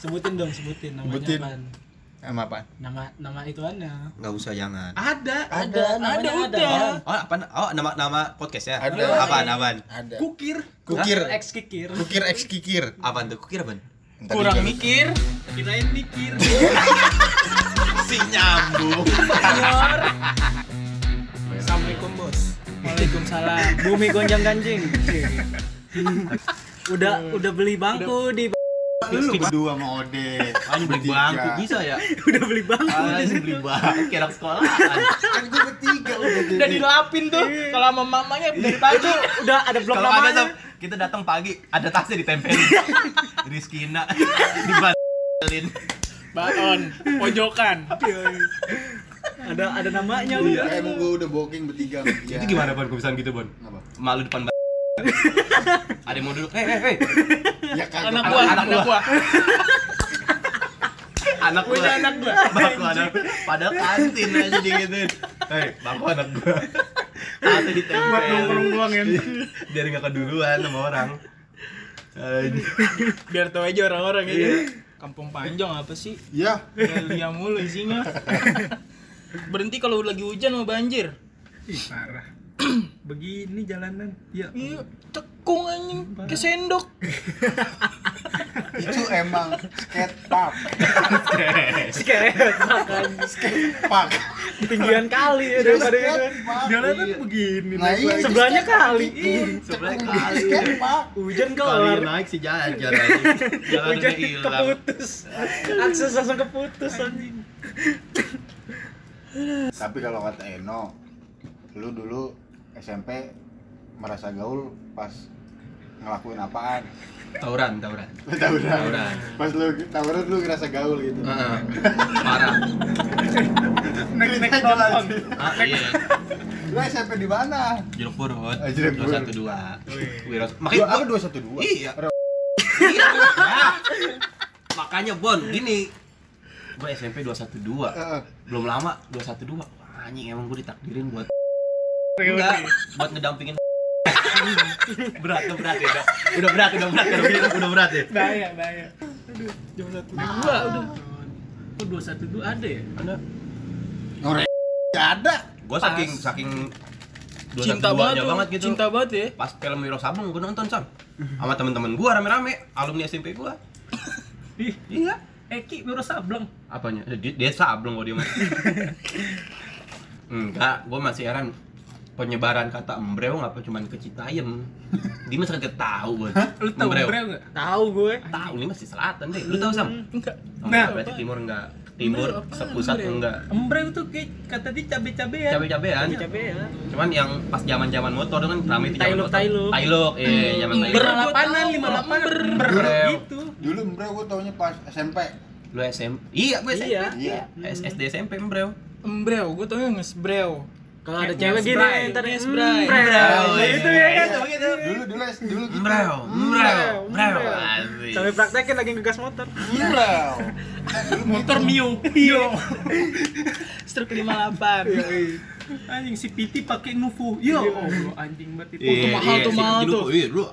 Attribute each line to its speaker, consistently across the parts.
Speaker 1: Sebutin dong, sebutin namanya
Speaker 2: Sebutin.
Speaker 1: apaan?
Speaker 2: Sama apa?
Speaker 1: Nama nama ituannya.
Speaker 3: Nggak usah jangan.
Speaker 1: Ada, ada,
Speaker 2: Ada,
Speaker 1: namanya
Speaker 2: namanya
Speaker 1: ada.
Speaker 2: ada.
Speaker 3: Oh, apa? Oh, nama nama podcast ya?
Speaker 2: Ada.
Speaker 3: Apaan, apaan?
Speaker 2: Ada.
Speaker 1: Kukir.
Speaker 2: Kukir.
Speaker 1: Hah? Ex kikir.
Speaker 2: Kukir X kikir.
Speaker 3: Apaan tuh? Kukira apaan?
Speaker 2: Ntar
Speaker 1: Kurang
Speaker 2: dijual.
Speaker 1: mikir, kirain mikir.
Speaker 3: Si nyambung.
Speaker 1: Senior. Assalamualaikum bos. Waalaikumsalam. Bumi gonjang ganjing. udah udah beli bangku di
Speaker 2: Lu berdua sama Ode.
Speaker 3: Anjing beli
Speaker 2: Bertiga.
Speaker 3: bangku bisa ya?
Speaker 1: udah beli bangku di
Speaker 3: Anjing
Speaker 1: situ.
Speaker 3: beli bangku kira sekolahan.
Speaker 2: Kan gue bertiga udah jadi.
Speaker 4: udah dilapin tuh kalau sama mamanya dari pagi
Speaker 1: Iya. Udah ada blok
Speaker 3: Kalau ada Sob,
Speaker 1: namanya.
Speaker 3: kita datang pagi ada tasnya ditempelin. Rizky Ina dibantelin.
Speaker 4: baon pojokan
Speaker 1: Iya, Ada ada namanya
Speaker 2: Iya,
Speaker 1: udah.
Speaker 2: emang gue udah booking bertiga.
Speaker 3: Itu gimana Bon kebiasaan gitu Bon?
Speaker 2: Apa?
Speaker 3: Malu depan b- Ada yang mau duduk? Eh, Hei, hei, hei.
Speaker 2: Ya kagak.
Speaker 4: anak gua
Speaker 3: Anak
Speaker 4: anak gua
Speaker 3: Anak gua.
Speaker 4: punya anak gua
Speaker 3: Bangku anak. Padahal kantin aja digituin. Hei, bangku anak gua. Tasnya ditempelin.
Speaker 4: doang ya
Speaker 3: biar nggak keduluan sama orang Anjing.
Speaker 4: biar tahu aja orang-orang ya
Speaker 1: Iya.
Speaker 4: kampung panjang apa sih
Speaker 2: Ya.
Speaker 4: Galia mulu isinya berhenti kalau lagi hujan mau banjir
Speaker 1: Parah. Begini jalanan. Ya.
Speaker 4: iya cekung anjing ke sendok
Speaker 2: Itu emang skate park. Park.
Speaker 1: Ketinggian kali ya daripada itu.
Speaker 2: Skate park.
Speaker 1: Jalanan begini.
Speaker 2: Nah, iya, itu
Speaker 1: Sebelahnya
Speaker 2: skate park.
Speaker 1: kali. Iya.
Speaker 3: sebenarnya
Speaker 2: Cekung di
Speaker 3: kali
Speaker 2: skate park.
Speaker 1: Hujan
Speaker 3: kali
Speaker 1: kelar.
Speaker 3: naik si jajar anjing. jalan
Speaker 1: Hujan
Speaker 3: udah hilang
Speaker 1: keputus. Akses langsung keputus anjing.
Speaker 2: Tapi kalau kata Eno, lu dulu SMP merasa gaul pas ngelakuin apaan?
Speaker 3: tauran tauran
Speaker 2: Lu tawuran.
Speaker 3: Tawuran.
Speaker 2: Pas lu tawuran lu ngerasa gaul gitu.
Speaker 5: Ah.
Speaker 3: Heeh. parah
Speaker 2: Naik-naik doang.
Speaker 3: ah iya
Speaker 2: Lu SMP di mana?
Speaker 3: jeruk purut
Speaker 2: Ah, jeruk
Speaker 3: dua
Speaker 2: purut.
Speaker 3: satu dua wiros
Speaker 5: Eh,
Speaker 2: Dua,
Speaker 3: makanya
Speaker 2: aku dua satu dua.
Speaker 3: Iya. makanya bon gini gue SMP 212
Speaker 2: Heeh.
Speaker 3: belum lama 212 Wah, anjing emang gue ditakdirin buat enggak buat ngedampingin berat tuh berat ya udah udah berat udah berat udah berat udah berat ya
Speaker 4: bahaya bahaya
Speaker 1: Jam satu dua udah. Kok dua satu dua ada ya?
Speaker 2: Ngorek. Gak ada.
Speaker 3: gue saking saking
Speaker 4: cinta banget, tuh.
Speaker 3: banget gitu
Speaker 4: cinta banget ya
Speaker 3: pas film Wiro Sabung gue nonton son sama temen-temen gue rame-rame alumni SMP gue
Speaker 1: Ih,
Speaker 3: iya
Speaker 1: Eki Wiro Eh, Sableng.
Speaker 3: apanya dia, dia sableng kok dia mah enggak gue masih heran penyebaran kata embreo ngapa cuman ke Citayam dia masih kagak tahu gue
Speaker 4: lu tahu brand enggak
Speaker 1: Tahu gue.
Speaker 3: tahu ini masih selatan deh lu tahu sam
Speaker 1: Hmm,
Speaker 4: enggak
Speaker 3: nah berarti timur enggak timur
Speaker 4: Embreo apaan,
Speaker 3: sepusat
Speaker 4: embreo?
Speaker 3: enggak
Speaker 1: Embreu tuh kayak kata dia ya. cabe-cabean.
Speaker 3: cabe-cabean
Speaker 1: Iya, Cabe-cabean.
Speaker 3: cuman yang pas zaman zaman motor kan rame itu
Speaker 1: Tailuk, tailuk. Hmm.
Speaker 3: tailuk eh zaman tailuk
Speaker 1: Berlapanan, lima lapanan, ber
Speaker 3: Embreu.
Speaker 1: gitu.
Speaker 2: Dulu bro gue taunya pas SMP.
Speaker 3: lu SM iya gue SMP
Speaker 1: Iya.
Speaker 2: Iya.
Speaker 3: S- SD SMP bro
Speaker 4: embreo gua tau yang ngesbreo
Speaker 1: Kalau ada
Speaker 4: Kayak
Speaker 1: cewek gini
Speaker 4: Spray,
Speaker 1: ntar
Speaker 4: kayak
Speaker 1: mm,
Speaker 4: Spray.
Speaker 1: Spray.
Speaker 3: Spray.
Speaker 1: Gitu ya kan.
Speaker 2: Iya. Dulu dulu dulu gitu.
Speaker 3: bro bro bro
Speaker 1: Embreo. Sampai praktekin lagi ngegas motor.
Speaker 2: Bro.
Speaker 4: motor Mio Mio Iya. struk 58
Speaker 1: Anjing si Piti pakai Nuvu. Yo, Iya, Allah, anjing banget itu.
Speaker 4: Iya. mahal tuh, mahal tuh.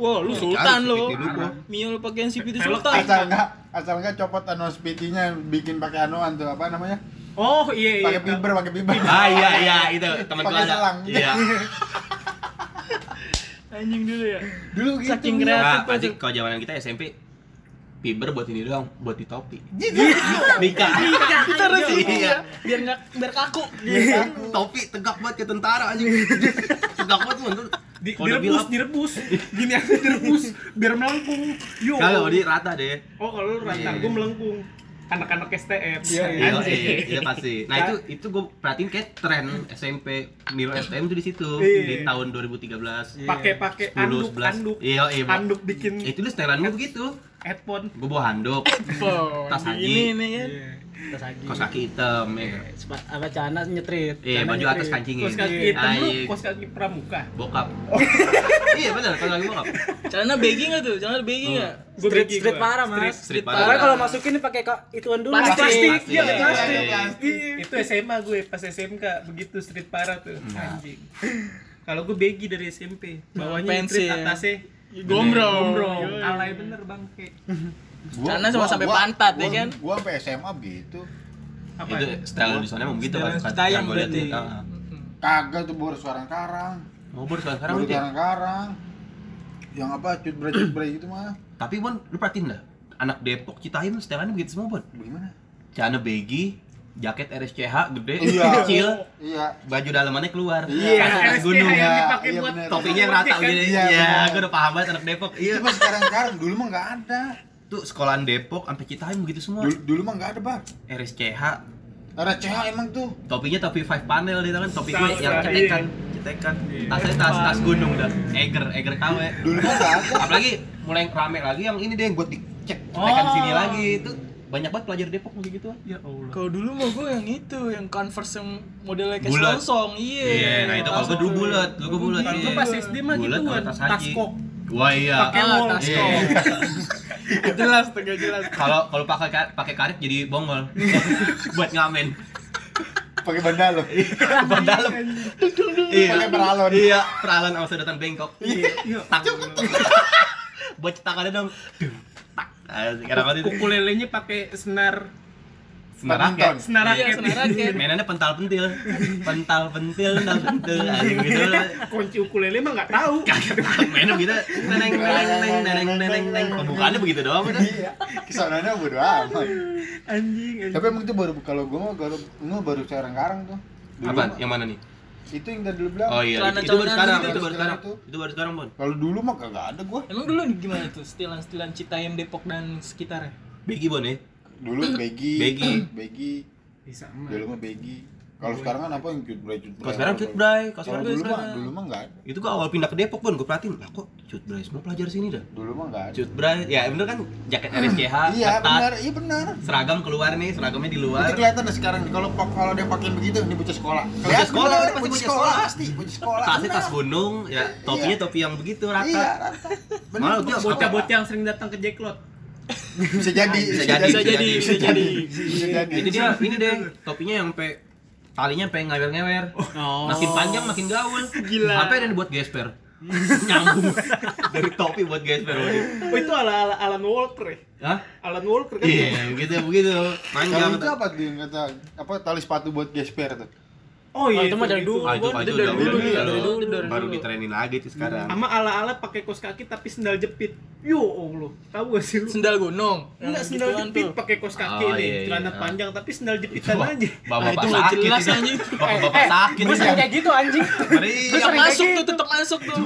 Speaker 4: wah lu
Speaker 3: Iya,
Speaker 4: sultan
Speaker 3: harus
Speaker 4: lu
Speaker 3: dipikir dulu.
Speaker 4: Mio lu pakein si Pitu sultan
Speaker 2: Asal enggak asal enggak copot anuan spitinya bikin pakai anuan tuh apa namanya?
Speaker 1: Oh, iya
Speaker 2: Pakai
Speaker 1: iya.
Speaker 2: piber, pakai piber.
Speaker 3: ah iya iya itu teman gue
Speaker 2: Pakai
Speaker 3: ada
Speaker 2: selang.
Speaker 3: iya
Speaker 4: anjing dulu ya
Speaker 2: Dulu gitu.
Speaker 4: Saking
Speaker 2: Iya.
Speaker 4: kreatif.
Speaker 3: nah pasti kalau zaman kita SMP piber buat ini doang buat di topi
Speaker 2: Gitu.
Speaker 3: nikah
Speaker 4: kita harus
Speaker 3: Iya.
Speaker 4: iya biar nggak biar kaku
Speaker 2: Iya.
Speaker 3: topi tegak banget kayak tentara aja tegak banget tuh untuk
Speaker 1: Di,
Speaker 3: kalau
Speaker 1: direbus, gitu. direbus. Gini aja direbus biar melengkung. Yo.
Speaker 3: kalau di rata deh
Speaker 1: Oh, kalau lu rantang
Speaker 3: Iya.
Speaker 1: gua melengkung. Anak-anak STM.
Speaker 3: Iya, iya, iya pasti. Nah itu itu gue perhatiin kayak tren SMP Miro STM tuh di situ
Speaker 1: Iya.
Speaker 3: di tahun 2013.
Speaker 1: Pakai pakai
Speaker 3: 10,
Speaker 1: anduk,
Speaker 3: 11.
Speaker 1: anduk.
Speaker 3: Iya, iya. Bang.
Speaker 1: Anduk bikin
Speaker 3: Itu lu setelan gue begitu.
Speaker 1: headphone.
Speaker 3: Gue bawa handuk,
Speaker 4: Oh,
Speaker 3: Tas haji.
Speaker 4: ini nih ya
Speaker 1: Terus lagi.
Speaker 3: kaos kaki hitam,
Speaker 1: Iya.
Speaker 3: ya.
Speaker 1: Sepa- apa celana nyetrit
Speaker 3: Iya,
Speaker 1: celana
Speaker 3: baju
Speaker 1: nyetrit.
Speaker 3: atas kancingin.
Speaker 1: Kaos kaki hitam
Speaker 3: Ah,
Speaker 1: lu Oh.
Speaker 3: iya.
Speaker 1: kaos kaki pramuka
Speaker 3: Bokap. iya benar, kaos kaki bokap.
Speaker 4: celana baggy nggak tuh celana baggy nggak Gua
Speaker 1: street
Speaker 4: baggy
Speaker 1: street
Speaker 4: gua.
Speaker 1: parah mas
Speaker 3: Street
Speaker 1: Karena
Speaker 3: parah.
Speaker 1: kalau masukin nih pakai ka- ituan dulu
Speaker 4: Plastik.
Speaker 1: plastik, iya,
Speaker 3: Plastik.
Speaker 1: plastik.
Speaker 3: Iya,
Speaker 1: Iya.
Speaker 4: itu SMA gue pas SMK begitu street parah tuh
Speaker 3: Nah.
Speaker 4: anjing kalau gue baggy dari SMP
Speaker 5: ya.
Speaker 4: bawahnya
Speaker 1: Pensil.
Speaker 4: street atasnya
Speaker 3: Gombrong.
Speaker 4: gombrong alay bener bangke
Speaker 5: Celana cuma sampai pantat, ya
Speaker 2: gua-
Speaker 5: kan?
Speaker 2: Gua sampai SMA gitu.
Speaker 1: Apa? ya?
Speaker 3: itu style di sana emang begitu kan
Speaker 5: Style tayang
Speaker 3: gua lihat
Speaker 5: berarti.
Speaker 3: tuh. Ah.
Speaker 2: Kagak tuh baru suara karang.
Speaker 3: mau bor
Speaker 2: Sekarang
Speaker 3: sekarang sekarang
Speaker 5: ya?
Speaker 3: Dit.
Speaker 2: karang-karang. Yang apa cut bre cut bre gitu mah.
Speaker 3: tapi bon lu perhatiin dah anak Depok Citayam setelannya begitu semua bon
Speaker 2: Bagaimana?
Speaker 3: celana baggy jaket RSCH gede
Speaker 2: Iya.
Speaker 3: kecil
Speaker 2: Iya.
Speaker 3: baju dalamannya keluar
Speaker 2: Iya.
Speaker 3: Kayak
Speaker 1: SDH
Speaker 3: gunung
Speaker 2: Iya,
Speaker 1: yang dipakai
Speaker 2: iya
Speaker 1: buat
Speaker 2: bener.
Speaker 3: topinya yang rata
Speaker 1: Iya,
Speaker 3: begini
Speaker 2: iya,
Speaker 3: ya
Speaker 2: benar.
Speaker 3: gua udah paham banget anak Depok iya
Speaker 2: Cuma sekarang karang dulu mah nggak ada.
Speaker 3: tuh sekolahan Depok sampai Citayam begitu semua
Speaker 2: Dulu, dulu mah nggak ada bar.
Speaker 3: RSCH
Speaker 2: Ada CH emang tuh.
Speaker 3: topinya topi five panel di tangan topi gue
Speaker 1: Sama,
Speaker 3: yang
Speaker 1: iya.
Speaker 3: cetekan cetekan tasnya tas tas gunung dah eger eger kawe
Speaker 2: Dulu mah nggak ada.
Speaker 3: apalagi mulai rame lagi yang ini deh yang buat dicek cetekan
Speaker 1: Ah.
Speaker 3: sini lagi itu banyak banget pelajar Depok kayak gitu
Speaker 1: Ya Allah.
Speaker 5: Kalau dulu mah gue yang itu, yang Converse yang modelnya kayak
Speaker 3: Bulat.
Speaker 5: selongsong, iya.
Speaker 3: Iya, nah itu kalau gue dulu bulat, dulu gue bulat.
Speaker 1: Kalau
Speaker 3: iya.
Speaker 1: gua pas SD mah
Speaker 3: Bulat
Speaker 1: gituan,
Speaker 3: sama tas
Speaker 1: tas
Speaker 3: haji.
Speaker 1: kok.
Speaker 3: Wah iya.
Speaker 1: Pakai
Speaker 5: Ah,
Speaker 1: wall.
Speaker 5: tas
Speaker 3: Iya.
Speaker 5: kok. jelas, tegak jelas.
Speaker 3: Kalau kalau pakai ka- pakai karet jadi bongol buat ngamen.
Speaker 2: Pakai benda lo.
Speaker 3: Ban dalam.
Speaker 2: Pakai peralon.
Speaker 3: Iya, peralon sama sedotan bengkok.
Speaker 1: Iya.
Speaker 3: Tak. Buat cetakannya dong. Dung, Tak. Ah, Sekarang waktu itu.
Speaker 1: Ukulelenya pakai senar
Speaker 3: Senar raket.
Speaker 1: senar
Speaker 5: Iya,
Speaker 1: raket.
Speaker 5: senar raket.
Speaker 3: Mainannya pental pentil. Pental pentil, pental pentil. Anjing gitu. lah.
Speaker 1: Kunci ukulele mah nggak tahu.
Speaker 3: Kaget banget mainan gitu. Neneng neneng neneng neneng neneng neneng. Pembukaannya begitu doang udah.
Speaker 2: Iya. Kesananya bodo amat.
Speaker 1: Anjing. anjing.
Speaker 2: Tapi emang itu baru kalau gua mah baru gua baru sekarang karang tuh. Dulu
Speaker 3: Apa?
Speaker 2: mah-
Speaker 3: Yang mana nih?
Speaker 2: Itu yang dari dulu bilang.
Speaker 3: Oh iya,
Speaker 5: Celana
Speaker 3: itu, itu baru
Speaker 5: celana
Speaker 3: sekarang,
Speaker 5: gitu,
Speaker 3: itu baru
Speaker 2: celana
Speaker 3: sekarang.
Speaker 2: itu.
Speaker 3: Itu baru sekarang, Bon.
Speaker 2: Kalau dulu mah kagak ada gua.
Speaker 5: Emang dulu gimana tuh setilan-setilan Citayam, Depok dan sekitarnya?
Speaker 3: Begi, Bon ya.
Speaker 2: Dulu begi,
Speaker 3: Begi.
Speaker 2: begi.
Speaker 1: Bisa mah.
Speaker 2: Dulu mah begi. Kalau sekarang kan apa yang cut bre cut bre.
Speaker 3: Kalau sekarang cut bray, kalau
Speaker 2: Kalau
Speaker 3: sekarang
Speaker 2: iya. Oh, dulu
Speaker 3: cut
Speaker 2: mah
Speaker 3: bray.
Speaker 2: dulu mah nggak ada.
Speaker 3: Itu gua awal pindah ke Depok, Bon, gua perhatiin. Lah kok cut bray semua pelajar sini dah.
Speaker 2: Dulu mah nggak ada.
Speaker 3: Cut bray. Ya bener kan jaket RSCH,
Speaker 2: Iya
Speaker 3: ketat,
Speaker 2: benar, iya benar.
Speaker 3: seragam keluar nih, seragamnya di
Speaker 2: Itu
Speaker 3: luar.
Speaker 2: kelihatan dah sekarang kalau kalau dia pakai begitu ini bocah sekolah. Kelihatan
Speaker 3: sekolah,
Speaker 2: bener, bocah
Speaker 3: pasti bocah
Speaker 2: sekolah
Speaker 3: sekolah.
Speaker 2: pasti, bocah sekolah.
Speaker 3: Tasnya
Speaker 2: bener.
Speaker 3: tas gunung, ya topinya topi yang begitu
Speaker 2: Iya,
Speaker 3: rata.
Speaker 2: rata.
Speaker 3: Malah
Speaker 2: bocah
Speaker 3: dia
Speaker 2: sekolah.
Speaker 1: Bocah-bocah yang sering datang ke Jacklot.
Speaker 2: bisa jadi,
Speaker 3: Bisa jadi, bisa jadi, bisa jadi.
Speaker 2: bisa jadi.
Speaker 3: Jadi dia ini deh, topinya yang pe talinya pengen ngawer-ngawer.
Speaker 5: Oh.
Speaker 3: Makin panjang makin gaul.
Speaker 1: Gila.
Speaker 3: Sampai ada yang buat gesper. Nyambung dari topi buat gesper. Bon.
Speaker 1: Oh itu ala ala Alan Walker ya.
Speaker 3: Hah?
Speaker 1: Alan Walker kan.
Speaker 3: Iya, begitu begitu.
Speaker 2: Kalau
Speaker 3: Panjang.
Speaker 2: itu apa tuh yang kata apa tali sepatu buat gesper tuh?
Speaker 5: Oh,
Speaker 1: Oh iya.
Speaker 5: itu mah dari dulu,
Speaker 3: Ah, itu,
Speaker 5: Bon.
Speaker 3: itu,
Speaker 5: Itu
Speaker 3: udah
Speaker 5: dari dulu,
Speaker 3: dulu,
Speaker 5: ya,
Speaker 3: dulu.
Speaker 5: dari dulu, dari
Speaker 3: baru
Speaker 5: dulu.
Speaker 3: ditrenin lagi tuh sekarang.
Speaker 1: Sama ala-ala pakai kos kaki tapi sendal jepit. Yo Allah, tahu gak sih lu?
Speaker 5: Sendal gunung.
Speaker 1: Enggak
Speaker 5: Yang
Speaker 1: sendal
Speaker 5: gituan
Speaker 1: jepit
Speaker 5: tuh.
Speaker 1: pakai kos kaki
Speaker 3: Oh,
Speaker 1: nih,
Speaker 3: iya, iya.
Speaker 1: celana panjang tapi sendal
Speaker 2: kan
Speaker 1: jepitan
Speaker 3: Wah,
Speaker 1: aja.
Speaker 5: Ah,
Speaker 3: Bapak-bapak
Speaker 5: itu nggak
Speaker 3: sakit.
Speaker 5: jelas,
Speaker 3: itu.
Speaker 5: anjing.
Speaker 2: Eh,
Speaker 3: Bapak-bapak sakit.
Speaker 5: Gue sering kayak gitu anjing. Gue
Speaker 3: Meriam.
Speaker 5: sering masuk tuh, tetep masuk tuh.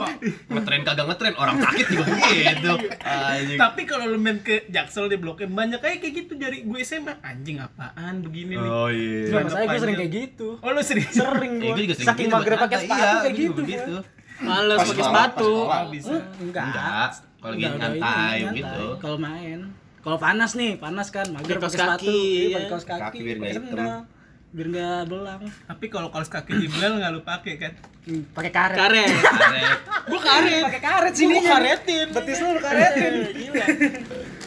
Speaker 3: Ngetren kagak ngetren, orang sakit juga gitu. Anjing.
Speaker 1: Tapi kalau lu main ke Jaksel di Blok M banyak kayak kayak gitu dari gue SMA. Anjing apaan begini nih.
Speaker 3: Oh iya.
Speaker 1: Celana
Speaker 4: Nah, saya gue sering
Speaker 1: panjang.
Speaker 4: kayak gitu.
Speaker 1: Oh lu serius?
Speaker 4: Sering gue.
Speaker 3: Eh, gua juga sering
Speaker 4: Saking
Speaker 3: gitu,
Speaker 4: mager
Speaker 3: bercanda.
Speaker 4: pakai sepatu
Speaker 3: Iya,
Speaker 4: kayak
Speaker 3: gua juga
Speaker 4: gitu.
Speaker 3: begitu.
Speaker 5: Males
Speaker 2: Pas
Speaker 5: pakai
Speaker 2: sekolah,
Speaker 5: sepatu.
Speaker 2: pas sekolah.
Speaker 1: Nggak bisa.
Speaker 4: Gue. Enggak.
Speaker 3: Enggak. Kalau lagi
Speaker 4: Enggak, enggak,
Speaker 3: nyantai
Speaker 4: ini,
Speaker 3: gitu.
Speaker 4: nyantai. Kalau main. Kalau panas nih, panas kan, mager
Speaker 5: Pakai kaos
Speaker 4: pakai sepatu,
Speaker 5: kaki,
Speaker 4: iya,
Speaker 5: ya.
Speaker 4: pakai kaos
Speaker 3: Kaki
Speaker 4: kaki,
Speaker 3: biar
Speaker 4: pakai
Speaker 3: nggak hitam.
Speaker 4: sendal, biar nggak belang,
Speaker 1: Tapi kalau kaos kaki Jibril nggak lu pakai kan?
Speaker 4: Hmm, pakai karet,
Speaker 5: Karet.
Speaker 3: Karet.
Speaker 5: Gue karet.
Speaker 4: pakai Ah, karet
Speaker 5: Sini
Speaker 4: sini,
Speaker 5: gue karetin.
Speaker 4: betis lu lu karetin.
Speaker 5: Gila.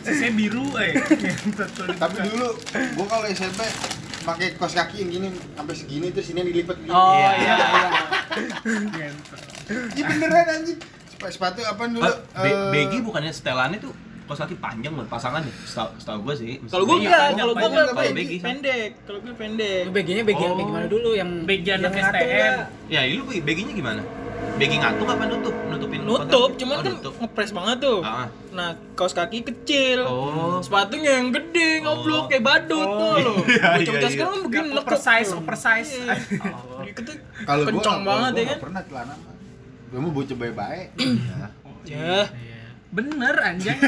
Speaker 1: Sisnya biru eh. Yang satu di-
Speaker 2: Tapi dulu gua kalau SMP pakai kaos kaki yang gini sampai segini terus ini dilipat gini.
Speaker 4: Oh iya iya.
Speaker 1: Ngentot.
Speaker 2: Iya beneran anjing. Sep- Sepatu apa dulu?
Speaker 3: Ah, Be-
Speaker 2: Eh,
Speaker 3: Begi bukannya setelannya tuh kaos kaki panjang buat pasangan ya? Setau, setau gue sih.
Speaker 5: Kalau gue
Speaker 3: Iya,
Speaker 5: enggak,
Speaker 3: panjang,
Speaker 5: kalau gue
Speaker 3: panjang.
Speaker 5: enggak
Speaker 3: Kalau Begi.
Speaker 5: pendek. Kalau gue pendek.
Speaker 4: Beginya begi
Speaker 3: Oh.
Speaker 4: begi mana dulu yang
Speaker 1: Begi anak
Speaker 4: yang ngatur
Speaker 1: STM.
Speaker 4: nggak?
Speaker 3: Ya, lu Begi- beginya gimana? Begi ngantuk apa nutup? Nutupin
Speaker 5: Nutup,
Speaker 3: kotaknya?
Speaker 5: cuman
Speaker 3: Oh,
Speaker 5: kan
Speaker 3: nutup.
Speaker 5: ngepres banget tuh.
Speaker 3: Ah.
Speaker 5: Nah, kaos kaki kecil.
Speaker 3: Oh.
Speaker 5: Sepatunya yang gede,
Speaker 3: Oh.
Speaker 5: ngoblok kayak badut
Speaker 1: Oh.
Speaker 5: tuh lo.
Speaker 3: Iya,
Speaker 5: Bocah-bocah
Speaker 3: iya, iya.
Speaker 5: sekarang mungkin
Speaker 1: Yang
Speaker 5: nekuk
Speaker 1: oversize,
Speaker 5: tuh.
Speaker 1: oversize.
Speaker 5: Iya. Gitu
Speaker 2: Kalau
Speaker 5: kencang
Speaker 2: gua nggak- kalau
Speaker 5: banget
Speaker 2: gua
Speaker 5: ya
Speaker 2: nggak
Speaker 5: kan.
Speaker 2: Pernah celana. Iya. mah. Gua mau bocah baik-baik.
Speaker 5: Ya.
Speaker 1: Bener anjing.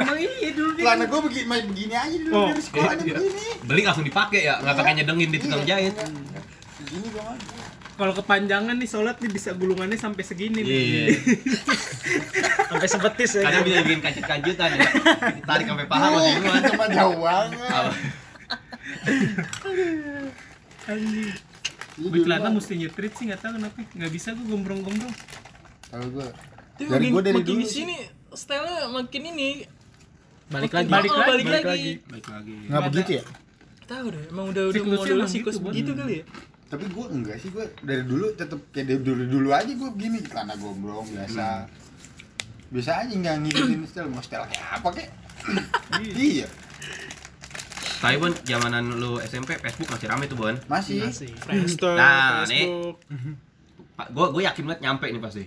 Speaker 1: Emang iya dulu dia.
Speaker 2: Celana gua begini main begini aja dulu
Speaker 1: Oh,
Speaker 2: dari sekolahnya
Speaker 3: iya.
Speaker 2: begini.
Speaker 3: Beli langsung dipakai ya, nggak pakai nyedengin di tukang
Speaker 2: Iya,
Speaker 3: jahit.
Speaker 2: iya. Begini gua mah.
Speaker 1: Kalau kepanjangan nih sholat nih bisa gulungannya sampai segini nih.
Speaker 3: Iya.
Speaker 4: Sampai sebetis ya.
Speaker 3: Kadang bisa bikin kanjut-kanjutan ya. Ditarik sampai paha
Speaker 4: Iya.
Speaker 2: Tuh,
Speaker 3: masih duluan.
Speaker 2: Cuma jauh banget.
Speaker 3: Apa?
Speaker 1: Anjing.
Speaker 2: Iya,
Speaker 1: Gue
Speaker 2: dulu
Speaker 1: celana
Speaker 2: mah.
Speaker 1: mesti nyetrit sih nggak tahu kenapa nggak bisa gue gombrong-gombrong.
Speaker 2: Kalau gua
Speaker 5: Tapi
Speaker 2: dari
Speaker 5: makin,
Speaker 2: gua dari
Speaker 5: makin
Speaker 2: dulu
Speaker 5: di
Speaker 2: sih.
Speaker 5: sini stylenya makin ini. makin-
Speaker 4: Balik lagi.
Speaker 1: Balik
Speaker 5: oh,
Speaker 1: lagi,
Speaker 5: Balik
Speaker 1: balik
Speaker 5: lagi.
Speaker 3: Baik lagi.
Speaker 2: nggak begitu ya?
Speaker 5: Tahu deh, emang udah udah
Speaker 1: Siklusnya
Speaker 5: model
Speaker 1: emang
Speaker 5: siklus
Speaker 1: gitu, Bon.
Speaker 5: begitu kali ya.
Speaker 2: Tapi gua enggak sih gua dari dulu tetep kayak dari dulu dulu aja gua begini celana gombrong biasa. Biasa aja nggak ngikutin style mau style kayak apa kek. iya
Speaker 3: Tapi Bon, zamanan lu SMP Facebook masih rame tuh Bon.
Speaker 2: masih
Speaker 4: Masih.
Speaker 6: Friendster,
Speaker 3: Nah, nih.
Speaker 6: Facebook.
Speaker 3: Pak, gua gua yakin banget nyampe nih pasti.